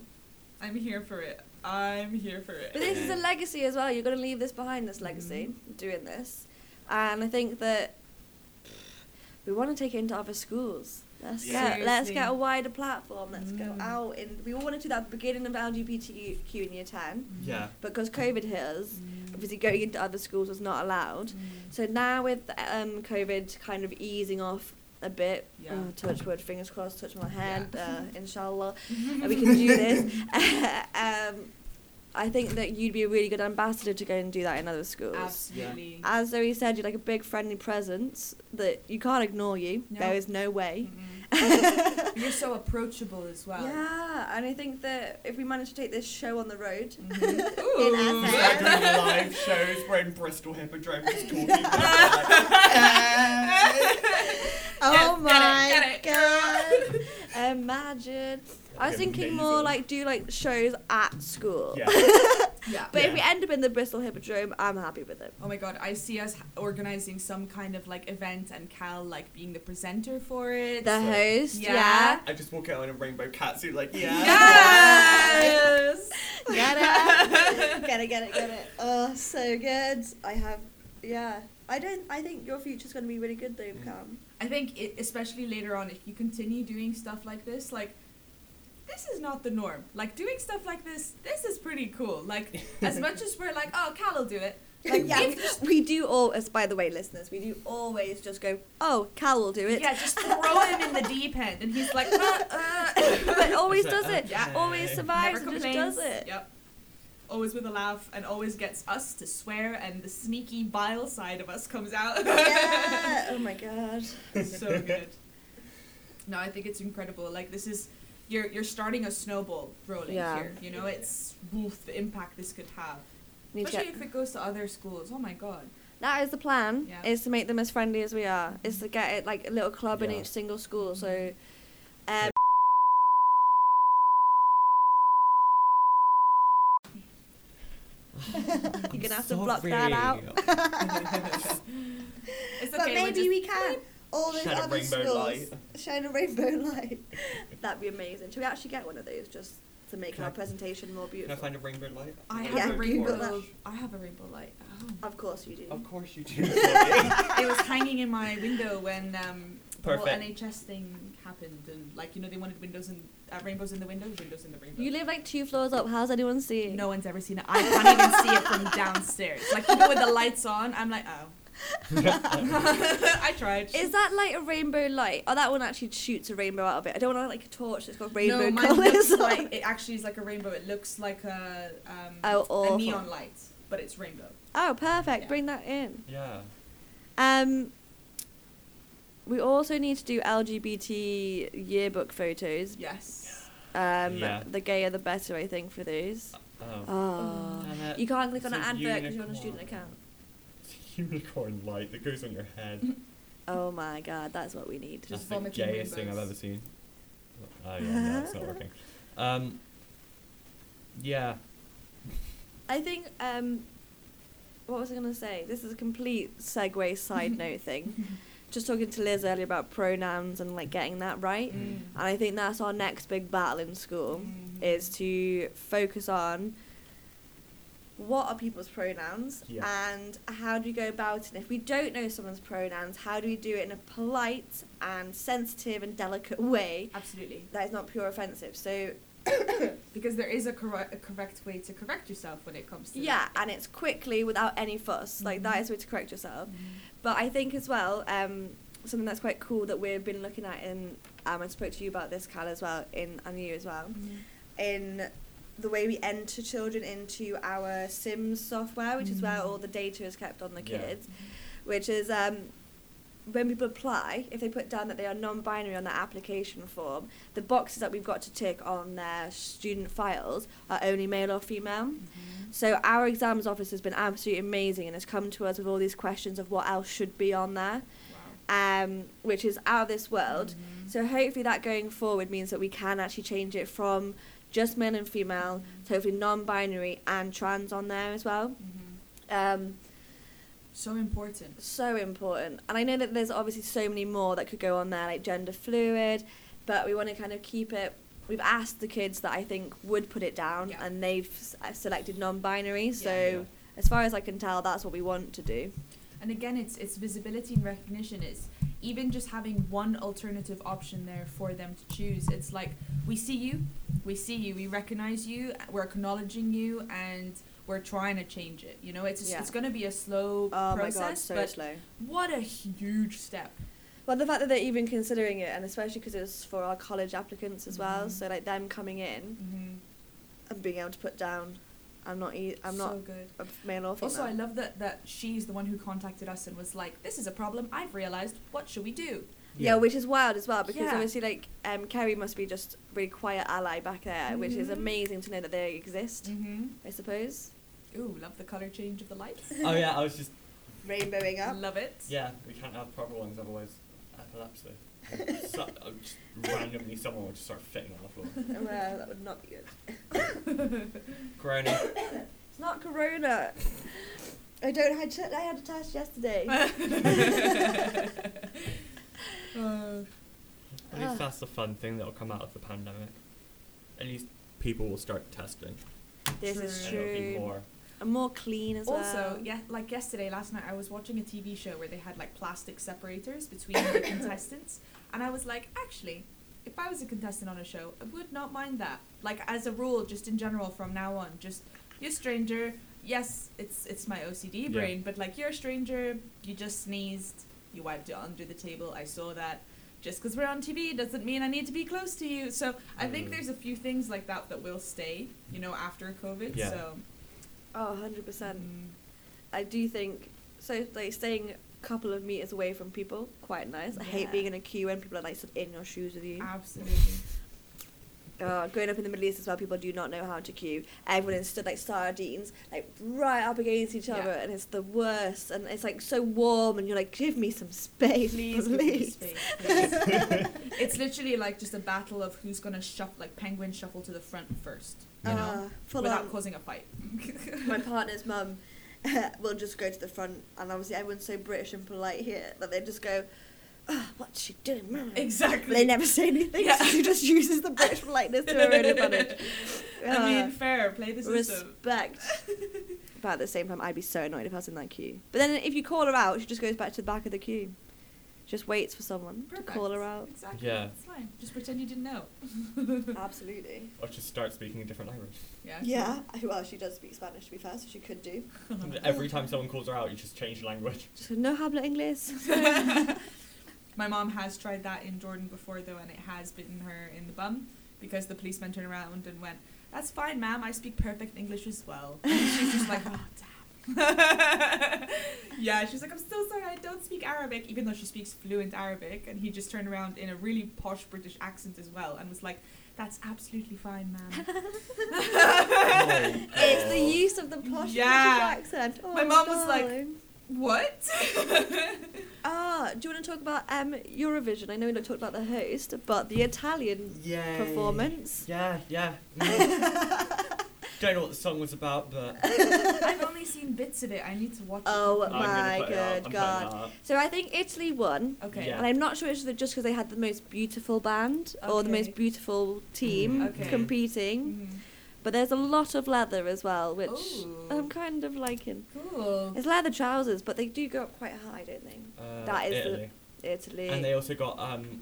I'm here for it. I'm here for it.
But this is a legacy as well. You're going to leave this behind, this legacy,
Mm-hmm.
doing this. And I think that we want to take it into other schools. Let's
Yeah.
get let's
Seriously. Mm.
get a wider platform. Let's go out and we all want to do that at the beginning of LGBTQ in year ten.
Yeah.
But because COVID hit us,
Mm.
obviously going into other schools was not allowed. So now with um, COVID kind of easing off a bit,
Yeah.
oh, touch wood, fingers crossed, touch my hand,
(laughs)
uh, inshallah, uh, we can do this. (laughs) um, I think that you'd be a really good ambassador to go and do that in other schools.
Absolutely.
As Zoe said, you're like a big friendly presence that you can't ignore you.
No.
There is no way.
You're so approachable as well.
Yeah, and I think that if we manage to take this show on the road,
Mm-hmm.
(laughs)
Ooh.
in
We're
Essex,
doing live shows. We're in Bristol Hippodrome just
(laughs)
talking.
oh
Get
my god! Imagine. I was thinking more
Amazing.
like do like shows at school.
Yeah. Yeah.
But if we end up in the Bristol Hippodrome, I'm happy with it.
Oh my god, I see us organizing some kind of like event and Cal like being the presenter for it.
The host, yeah.
I just walk out in a rainbow catsuit like yeah.
Yes! get (laughs) it? get it, get it, get it. Oh, so good. I have, yeah. I don't, I think your future's going to be really good though, (laughs) Cam.
I think it, especially later on, if you continue doing stuff like this, like this is not the norm. Like doing stuff like this, this is pretty cool.
(laughs)
Like as much as we're like, oh, Cal will do it. Like
yeah,
if-
we do all, as by the way, listeners, we do always just go, oh, Cal will do it. (laughs)
yeah, just throw him in the deep end, and he's like, uh, uh.
but always
It's like,
does it.
"Okay."
Always survives
Never
and just does
complains.
it.
Yep. Always with a laugh, and always gets us to swear, and the sneaky bile side of us comes
(laughs)
out.
Yeah. oh my god.
so good. No, I think it's incredible. Like this is, you're you're starting a snowball rolling
Yeah.
here. You know, it's woof the impact this could have.
Need to
Especially
get-
if it goes to other schools. Oh my god.
That is the plan.
Yeah.
Is to make them as friendly as we are. Is to get it like a little club in
Yeah.
each single school. So, (laughs) um, you're gonna have to block that (laughs) out.
It's
but
okay, we're
maybe
just-
we can. All those
Shine a
other
rainbow
schools
light.
shine a rainbow light. That'd be amazing. Should we actually get one of those just to make
Can
our
I-
presentation more
Can I
beautiful?
find a rainbow light?
I have
Yeah,
a
you
rainbow.
built that.
I have a rainbow light. Oh.
Of course you do.
Of course you
(laughs)
do.
it was hanging in my window when um, the whole
Perfect.
NHS thing happened, and like you know they wanted windows and uh, rainbows in the windows, windows in the rainbow.
You live like two floors up. How's anyone seeing?
No one's ever seen it. I can't even see it from downstairs. Like even with the lights on, I'm like, oh. (laughs) I tried.
Is that like a rainbow light? Oh, that one actually shoots a rainbow out of it. I don't want like a torch that's got rainbow
no, mine
colours. (laughs)
looks
on
like it actually is like a rainbow. It looks like a um,
Oh,
a
awful.
neon light, but it's rainbow.
Oh, perfect. Bring that in.
Yeah.
Um, we also need to do LGBT yearbook photos.
Yes.
Um,
Yeah.
the gayer the better, I think, for those.
Oh.
Ah.
Damn it.
you can't click
It's
on an
a
advert because you're on a student
unicorn.
account.
Unicorn light that goes on your
(laughs)
head.
Oh my god, that's what we need.
That's the gayest thing I've ever seen. Oh yeah, no, it's not
(laughs)
working. Um. Yeah.
I think um, what was I gonna say? This is a complete segue side note thing. Just talking to Liz earlier about pronouns and like getting that right, and I think that's our next big battle in school is to focus on what are people's pronouns
Yeah.
and how do we go about it. And if we don't know someone's pronouns, how do we do it in a polite and sensitive and delicate way
(laughs) Absolutely.
that is not pure offensive? So
Because there is a, corre- a correct way to correct yourself when it comes to
Yeah, and it's quickly without any fuss. Like that is a way to correct yourself.
Mm-hmm.
But I think as well, um, something that's quite cool that we've been looking at in um, I spoke to you about this, Cal, as well, in and you as well,
Mm-hmm.
in the way we enter children into our Sims software, which is where all the data is kept on the
Yeah.
kids, which is um, when people apply, if they put down that they are non-binary on their application form, the boxes that we've got to tick on their student files are only male or female. So our exams office has been absolutely amazing and has come to us with all these questions of what else should be on there, um, which is out of this world. So hopefully that going forward means that we can actually change it from just male and female to hopefully non-binary and trans on there as well. Um,
Mm-hmm. so important.
so important. And I know that there's obviously so many more that could go on there, like gender fluid, but we want to kind of keep it. We've asked the kids that I think would put it down, and they've s- uh, selected non binary. So, as far as I can tell, that's what we want to do.
And again, it's it's visibility and recognition. It's even just having one alternative option there for them to choose. It's like we see you, we see you, we recognize you, we're acknowledging you, and we're trying to change it. You know, it's
Yeah.
it's going to be a slow
Oh my God,
process,
so
but
slow.
what a huge step.
Well, the fact that they're even considering it, and especially because it's for our college applicants as
Mm-hmm.
well, so like them coming in and being able to put down, I'm not, e- I'm
So
not
good.
a male or female.
Also, I love that that she's the one who contacted us and was like, "This is a problem. I've realized. What should we do?"
Yeah, which is wild as well because
Yeah.
obviously, like um, Kerry must be just a really quiet ally back there, which is
Mhm.
amazing to know that they exist. I suppose.
Mm-hmm. Ooh, love the color change of the lights.
Oh yeah, I was
(laughs)
just
rainbowing up.
Love it.
yeah. We can't have proper ones otherwise epilepsy. so, uh, just randomly, someone would just start fitting on the floor.
(laughs) well, that would not be good. (coughs)
Corona.
It's not corona. I don't. I, t- I had a test yesterday.
Uh,
At least
Ugh.
that's the fun thing that'll come out of the pandemic. At least people will start testing.
(laughs) this is
And it'll be
true.
more.
And more clean as
Also,
well.
yeah, like yesterday, last night, I was watching a TV show where they had like plastic separators between
(laughs)
the contestants, and I was like, actually, if I was a contestant on a show, I would not mind that. Like as a rule, just in general, from now on, just you're a stranger. Yes, it's it's my OCD
Yeah.
brain, but like you're a stranger, you just sneezed, you wiped it under the table. I saw that. Just because we're on TV doesn't mean I need to be close to you. So I think
Mm.
there's a few things like that that will stay, you know, after COVID.
Yeah.
So mm.
Oh, 100 percent. I do think so. Like staying a couple of meters away from people, quite nice. I hate
Yeah.
being in a queue when people are like sort of in your shoes with you.
absolutely.
Uh, growing up in the Middle East as well, people do not know how to queue. Everyone is stood like sardines, like right up against each other, and it's the worst. And it's like so warm, and you're like, give me some space, please.
Please give me space,
(laughs)
please. it's literally like just a battle of who's gonna shuffle, like penguin shuffle to the front first, you
Ah,
know,
full
without
on.
causing a fight. (laughs)
My partner's mum (laughs) will just go to the front, and obviously everyone's so British and polite here that they just go, oh, "What's she doing, mum?"
Exactly.
They never say anything.
Yeah.
(laughs) She just uses the British politeness to her own (laughs) advantage.
(laughs) I mean,
Ah.
fair play the system. (laughs)
respect. but at the same time, I'd be so annoyed if I was in that queue. But then if you call her out, she just goes back to the back of the queue. Just waits for someone to call her out. (laughs)
Exactly.
Yeah.
It's fine. Just pretend you didn't know.
Absolutely.
Or just start speaking a different language.
(laughs)
(laughs)
Yeah.
Yeah. Well, she does speak Spanish to be fair, so she could do.
Every time someone calls her out, you just change the language.
Just no habla inglés. (laughs)
My mom has tried that in Jordan before though, and it has bitten her in the bum because the policeman turned around and went, "That's fine, ma'am. I speak perfect English as well." And she's just like, "Oh damn." (laughs) yeah, she's like, "I'm so sorry. I don't speak Arabic," even though she speaks fluent Arabic. And he just turned around in a really posh British accent as well, and was like, "That's absolutely fine, ma'am."
(laughs)
it's the use of the posh
Yeah.
British accent.
My
Oh,
mom was like,
darling.
(laughs)
"What?"
Ah, do you want to talk about um, Eurovision? I know we don't talk about the host, but the Italian
Yay.
performance.
Yeah,
(laughs)
yeah. Mm. Don't know what the song was about, but
I've only seen bits of it. I need to watch.
Oh
it.
I'm gonna
my
put it up, I'm
good
putting it
god!
up.
So I think Italy won.
Okay. Yeah.
And I'm not sure it's just because they had the most beautiful band or the
Okay.
most beautiful team
Mm-hmm.
Mhm. Okay.
competing. But there's a lot of leather as well, which
Ooh.
I'm kind of liking.
Cool.
It's leather trousers, but they do go up quite high, don't they?
Uh,
that is
Italy.
the Italy.
and they also got um,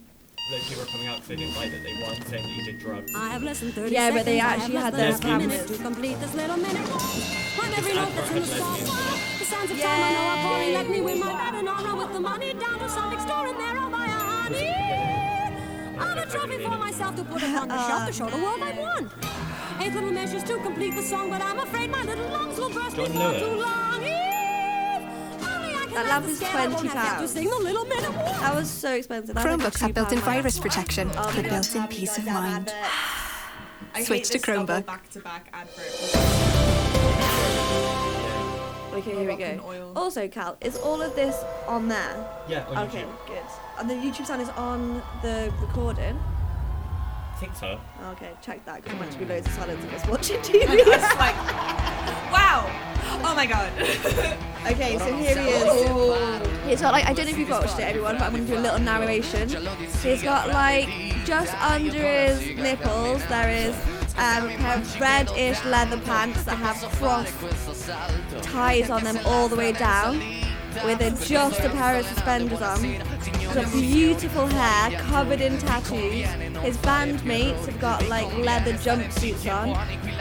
those people coming out because they didn't like that they won, saying that you did drugs.
I have less than 30
Yeah, but they
seconds. I have
actually
less
had
than
those
15
cameras.
minutes to complete this little minute. Climb every
This
rope that's in the
advert had
song. (laughs) The sounds of
Yay.
time I know are pouring. Let me win my bed and I'll run with the money down to Sonic store and there I'll buy a honey. I'm a trophy for myself to put upon the shelf to show the world I won. Eight little measures to complete the song, but I'm afraid my little lungs will burst
John
before
Lewis.
too long. If only I
That lamp is twenty pounds. That was so expensive. That was like
Chromebooks have built-in
£2
virus protection,
Oh,
the built-in peace of mind.
I hate
Switch to
this double
Chromebook.
Back-to-back advert.
Okay, here we go. Also, Cal, is all of this on there?
Yeah, on
okay,
YouTube.
good. And the YouTube sound is on the recording.
think so.
Okay, check that. Because to be loads of silence if it's watching (laughs)
And I was
TV.
like, wow. Oh my god.
okay, so here he is. He's got like I don't know if you've watched it, everyone, but I'm gonna do a little narration. So he's got like just under his nipples there is um, a pair of red-ish leather pants that have cross ties on them all the way down, with a, just a pair of suspenders on. He's got beautiful hair covered in tattoos. His bandmates have got like leather jumpsuits on.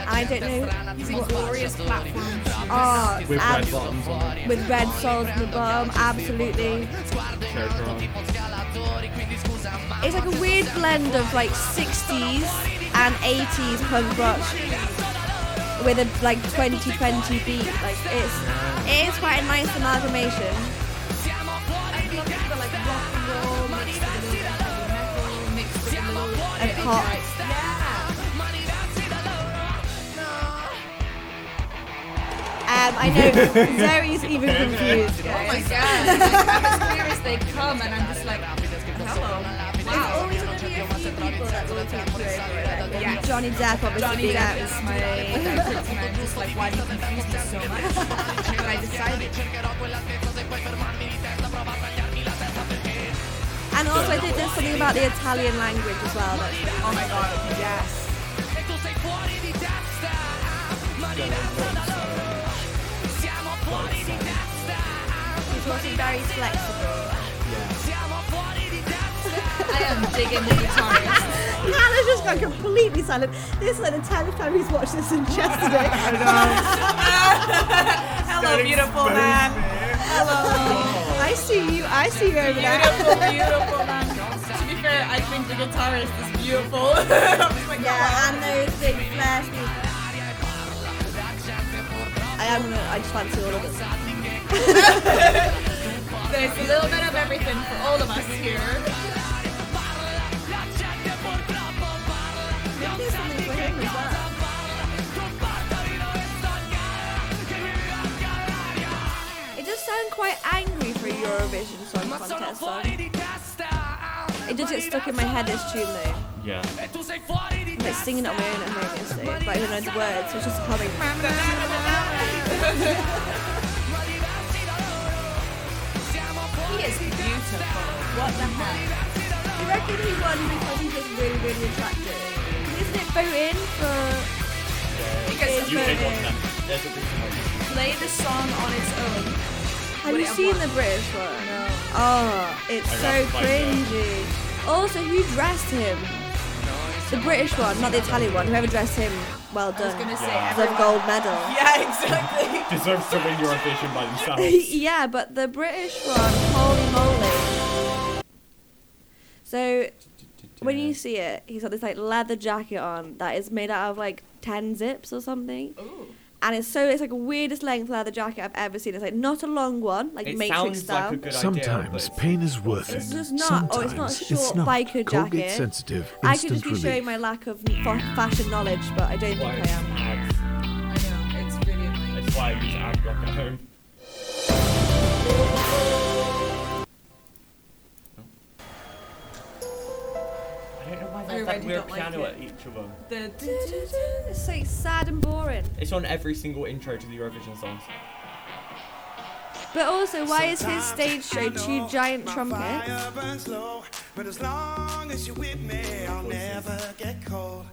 I don't know.
Using glorious platforms.
Oh,
With red
abs-
bottoms
With red soles in the bottom, absolutely. It's like a weird blend of like 60s and 80s punk rock with a like 2020 beat. Like it's it is quite a nice amalgamation. And pop. Um, I
(laughs)
know Zoe's even confused.
Oh my
guys.
god. Like, I'm as clear as they come, and I'm just like, hello. Wow.
Yeah, Johnny Depp obviously
Johnny
being out.
Depp is my favorite, and I'm just like, why do you confuse me so much? And I decided.
And also, I think there's something about the Italian language as well. That's oh my god, yes. It's also very flexible. I am digging the guitarist. Hannah's just gone completely silent. This is like the tenth time he's watched this since yesterday. I (laughs) know.
Hello, beautiful man.
Hello. I see you. I see you over there.
Beautiful, beautiful man. To be fair, I think the guitarist is beautiful. (laughs)
yeah, and those big flare sneakers. I am gonna. I just fancy all of it.
There's a little bit of everything for all of us here.
It does sound quite angry for a Eurovision Song Contest song. It does get stuck in my head, this tune though.
Yeah.
I'm like singing it on my own at home yesterday, but I don't know the words, so it's just humming.
He is beautiful. What the heck?
I reckon he won because he's just really, really attractive. 'Cause Isn't it voting for...
Because
You hate one,
There's a Play the song on its own.
Have you seen the British one? No. Oh, it's
I
so
got five
cringy. Also, who dressed him? The British one, not the Italian one. Whoever dressed him, well done.
gonna say
Deserved
everyone-
gold medal. (laughs)
Yeah, exactly.
Deserves to win Eurovision by themselves.
yeah, but the British one, holy moly. So when you see it, he's got this like leather jacket on that is made out of like ten zips or something. And it's so it's like the weirdest length leather jacket I've ever seen. It's like not a long one, like
It
Matrix
sounds like
style.
a good
Sometimes pain is worth it.
It's just not. oh, it's not a
Sometimes
short
it's not.
biker jacket.
Colgate sensitive.
I could just be
Instant
showing my lack of fa- fashion knowledge, but I don't think I am.
It's really
That's why I use ad block at home. I don't know why
I
they have that
already
weird
don't like
piano
it.
at each of them.
It's so sad and boring.
It's on every single intro to the Eurovision songs.
But also, why is his stage show two giant trumpets?
But as long as you're with me, I'll never get cold.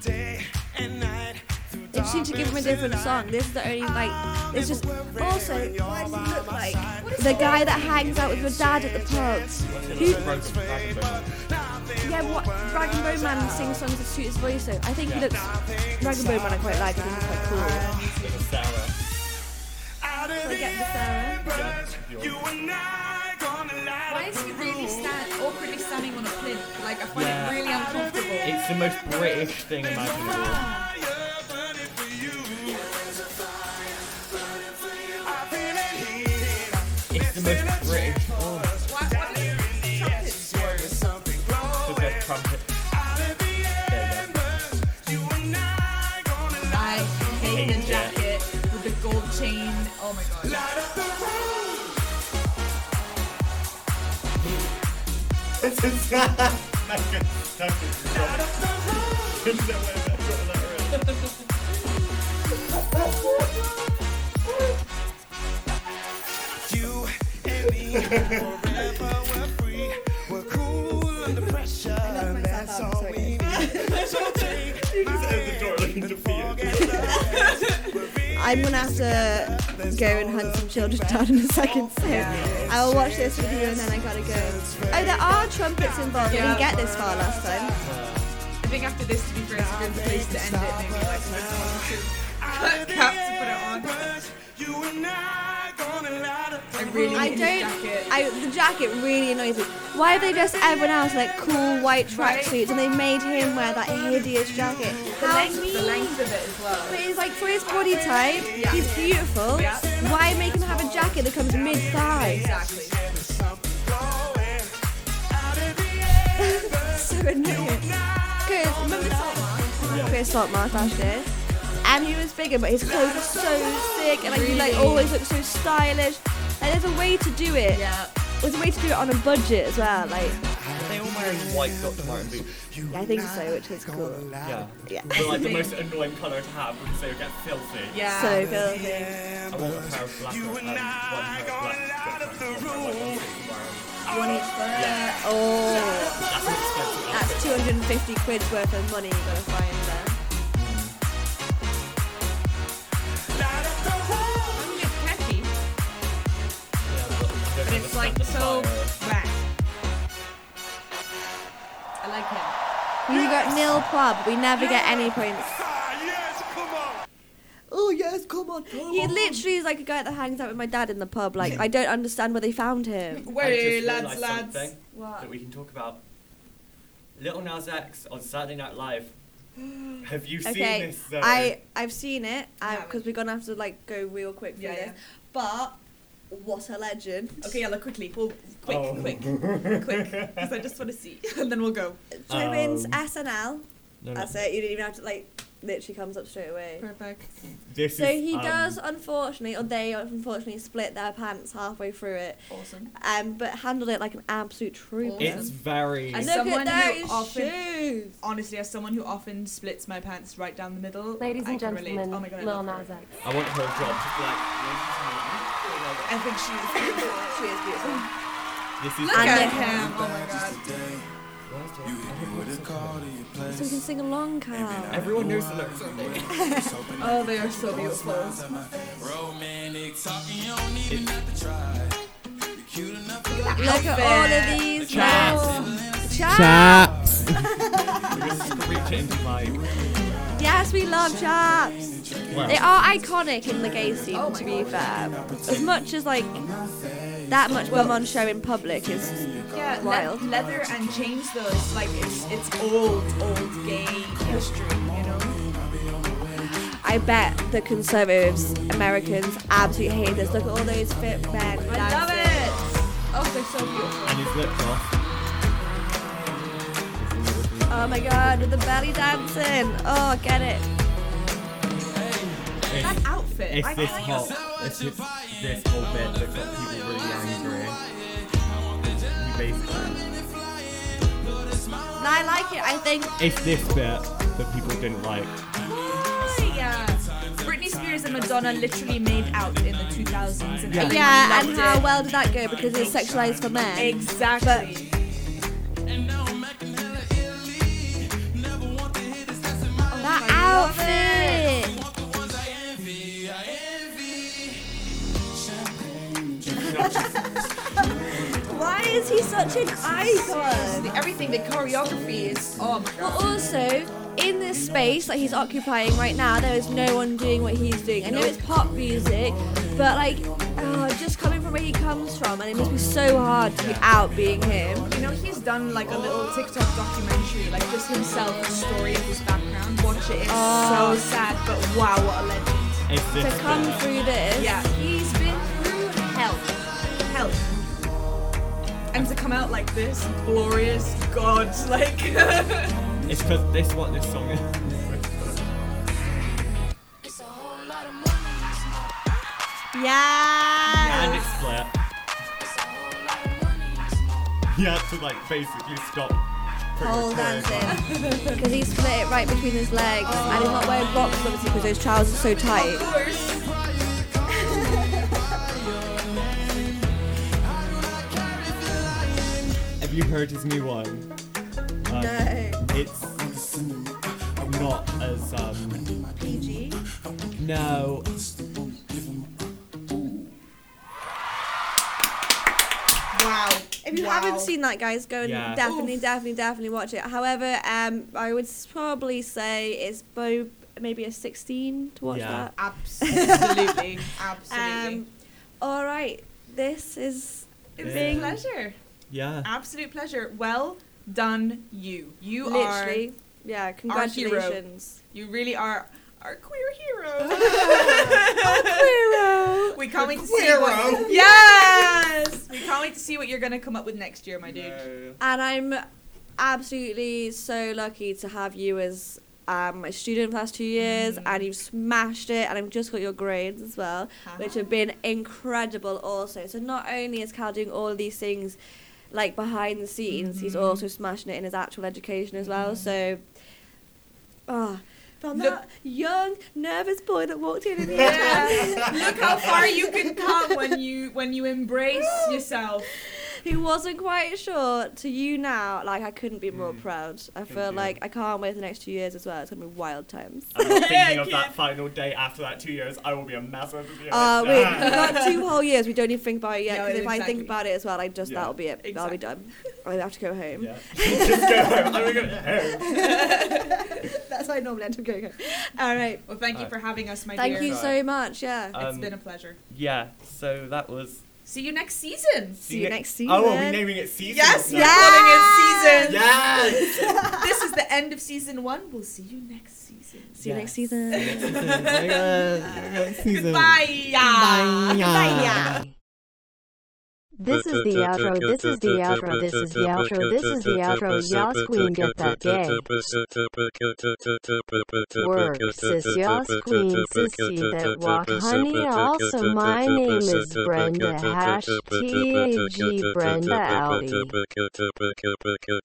Day and night.
They just need to give him a different song. This is the only like. It's just also. Why does he look like the guy that hangs out with your dad at the pub? Who? Yeah, what? Dragon Boat Man sings songs that suit his voice. So I think he looks. Dragon Boat Man, I quite like. I think he's quite cool.
Why is he really stand awkwardly standing on a plinth? Like I find
Yeah.
it really uncomfortable.
It's the most British thing imaginable. It's the most
great. The best trumpet.
I hate the jacket with the gold chain. Oh my god.
It's it's not good stuff. It's not what I meant.
You and me forever were free. We're cool under pressure, and that's all we need. So take my hand and forget
I'm gonna have to go and hunt some children down in a second, so I will watch this with you and then I gotta go. Oh, there are trumpets involved. We didn't get this far last time.
I think after this, to be fair, it's a good place to end it. Maybe like with to cap to put it on.
You and I gonna light up the
I really
I
hate the
don't.
jacket.
I the jacket really annoys me. Why have they dressed everyone else in, like cool white tracksuits and they made him wear that hideous jacket?
The
How
length,
mean!
the length of it as well.
But it's like for his body type, he's beautiful. Why make him have a jacket that comes mid thigh? (laughs) Exactly. so annoying. Because remember Saltmarsh? Chris Saltmarsh last year. And he was bigger, but his clothes were so thick, and like he like
Really?
always looked so stylish. Like there's a way to do it. Yeah. There's a way to do it on a budget as well. Like
Are they all wearing white Dr. Martin boots?
yeah, I think so, which is cool.
Yeah.
Yeah.
But like the most annoying colour to have because they would get filthy.
Yeah. So filthy.
I want a pair of black and one pair of black. Dr. Martens, one white, one black Dr. Martens.
One each for Oh. That's 250 quid's worth of money you gotta find there.
I mean, it's catchy, but it's like so whack. I like him.
We got nil club. We never get any points. Oh yes, come on. He literally is like a guy that hangs out with my dad in the pub. Like I don't understand where they found him.
I just
Wait, lads,
realised
lads.
something
What?
That we can talk about. Little Nas X on Saturday Night
(gasps)
Live. Have you seen
Okay,
this? Though?
I I've seen it because we're gonna have to like go real quick for
Yeah,
this. But what a legend!
Okay, yeah, look quickly. Well, quick,
Oh. (laughs)
quick, quick, because I just want to see, (laughs) and then we'll go.
Type in
Um,
SNL.
no, no.
That's it. You didn't even have to like. Literally comes up straight away.
Perfect.
This
So
is,
he
um,
does, unfortunately, or they unfortunately split their pants halfway through it.
Awesome.
Um, but handled it like an absolute trooper.
It's very.
And
As
look
someone
at that,
who
his
often,
shoes.
honestly, as someone who often splits my pants right down the middle,
Ladies
I
and
can relate.
gentlemen,
oh my God, I
Lil
love her.
Nas X.
I want her job to be
I think
(laughs) she
she's
is beautiful.
Look
like. This is.
And
at
look-
him. Oh my god.
So we can sing along, Carl.
Everyone knows the lyrics. don't they?
Oh, they are so beautiful.
Look at all of these.
Chaps.
girls. Chaps.
Chaps. They just screech it into my.
yes, we love chaps.
Wow.
They are iconic in the gay scene,
Oh
to be fair. As much as like that much bum on show in public is
Yeah,
wild.
le- leather and chains though. It's like it's it's old, old gay history, you know.
I bet the conservatives, Americans, absolutely hate this. Look at all those fit men.
I love
dancing.
it. Oh, they're so beautiful.
And his lips off.
Oh my god, with the belly dancing. Oh, get it.
That outfit.
It's
I
this
can't-
whole, it's this, this whole bit that got people really angry. You basically-
And I like it. I think.
It's this bit that people didn't like.
Oh, yeah. Britney Spears and Madonna literally made out in the 2000s. And
Yeah,
everyone loved
and
it.
how well did that go? Because it's sexualized for men.
Exactly.
But that outfit. Why is he such an icon?
Everything, the choreography is. Oh my
But
god.
also, in this space that he's occupying right now, there is no one doing what he's doing. I know it's pop music, but like, oh, just coming from where he comes from, and it must be so hard to be out being him.
You know, he's done like a little TikTok documentary, like just himself, the story of his background. Watch it. It's
Oh.
so sad, but wow, what a legend.
It's
To
this
come
bit.
through this,
Yeah, he's been through hell. Hell. and to come out like this, glorious God, (laughs) like.
It's because this what this song is. And
Yeah.
it's split. (laughs) You had to like basically stop. pretty
Pole
much playing.
(laughs) dancing. Because he split it right between his legs.
Oh.
And he's not wearing box obviously because those trousers are so tight.
(laughs)
Have you heard his new one? Um,
No.
It's not as um.
PG.
No.
Wow. If you haven't seen that, guys, go and
Yeah.
definitely, definitely, definitely watch it. However, um, I would s- probably say it's bo- maybe a 16 to watch
Yeah.
that.
(laughs) Absolutely, absolutely.
Um, all right. This is
It was
being
a pleasure.
(laughs)
Yeah.
Absolute pleasure. Well done, you. You
literally. yeah.
are our hero.
Congratulations.
You really are our queer hero.
Queero.
we can't wait to see
Queero.
what. Yes. We can't wait to see what you're gonna come up with next year, my dude.
And I'm absolutely so lucky to have you as um, my student for the last two years, and you've smashed it. And I've just got your grades as well, which have been incredible, also. So, not only is Cal doing all of these things like behind the scenes, he's also smashing it in his actual education as well. So, ah. From
Look-
Mm-hmm. that young, nervous boy that walked in (laughs) and
Yeah. Look how far you can come when you when you embrace yourself.
who wasn't quite sure to you now like i couldn't be
Hmm.
more proud i feel
you.
like i can't wait for the next two years as well it's gonna be wild times
I'm not thinking of that final day after that two years. I will be a mess over the
uh,
other
wait,
day.
we've got two whole years. We don't even think about it yet.
No,
Because if I think
exactly.
about it as well, like just
Yeah.
that'll be it. I'll be
Exactly.
done. (laughs) I have to go home.
Yeah. (laughs) Just go home. I'm gonna go home.
(laughs) That's how I normally end up going home. All right.
Well, thank you
Alright.
for having us, my
Thank
dear.
you so much. Yeah.
It's
Um,
been a pleasure.
Yeah. So that was.
See you next season.
See you
ne-
next season.
Oh, are we naming it season?
Yes,
now?
we're calling it
(laughs)
season.
Yes!
this is the end of season one. We'll see you next season.
See you next season.
(laughs)
Goodbye. Bye.
Bye.
This is the outro, this is the outro, this is the outro, this is the outro, y'all squeam get that gay. Work, sis, y'all squeam, sissy that walk, honey, also my name is Brenda, hash T-A-G Brenda Audi.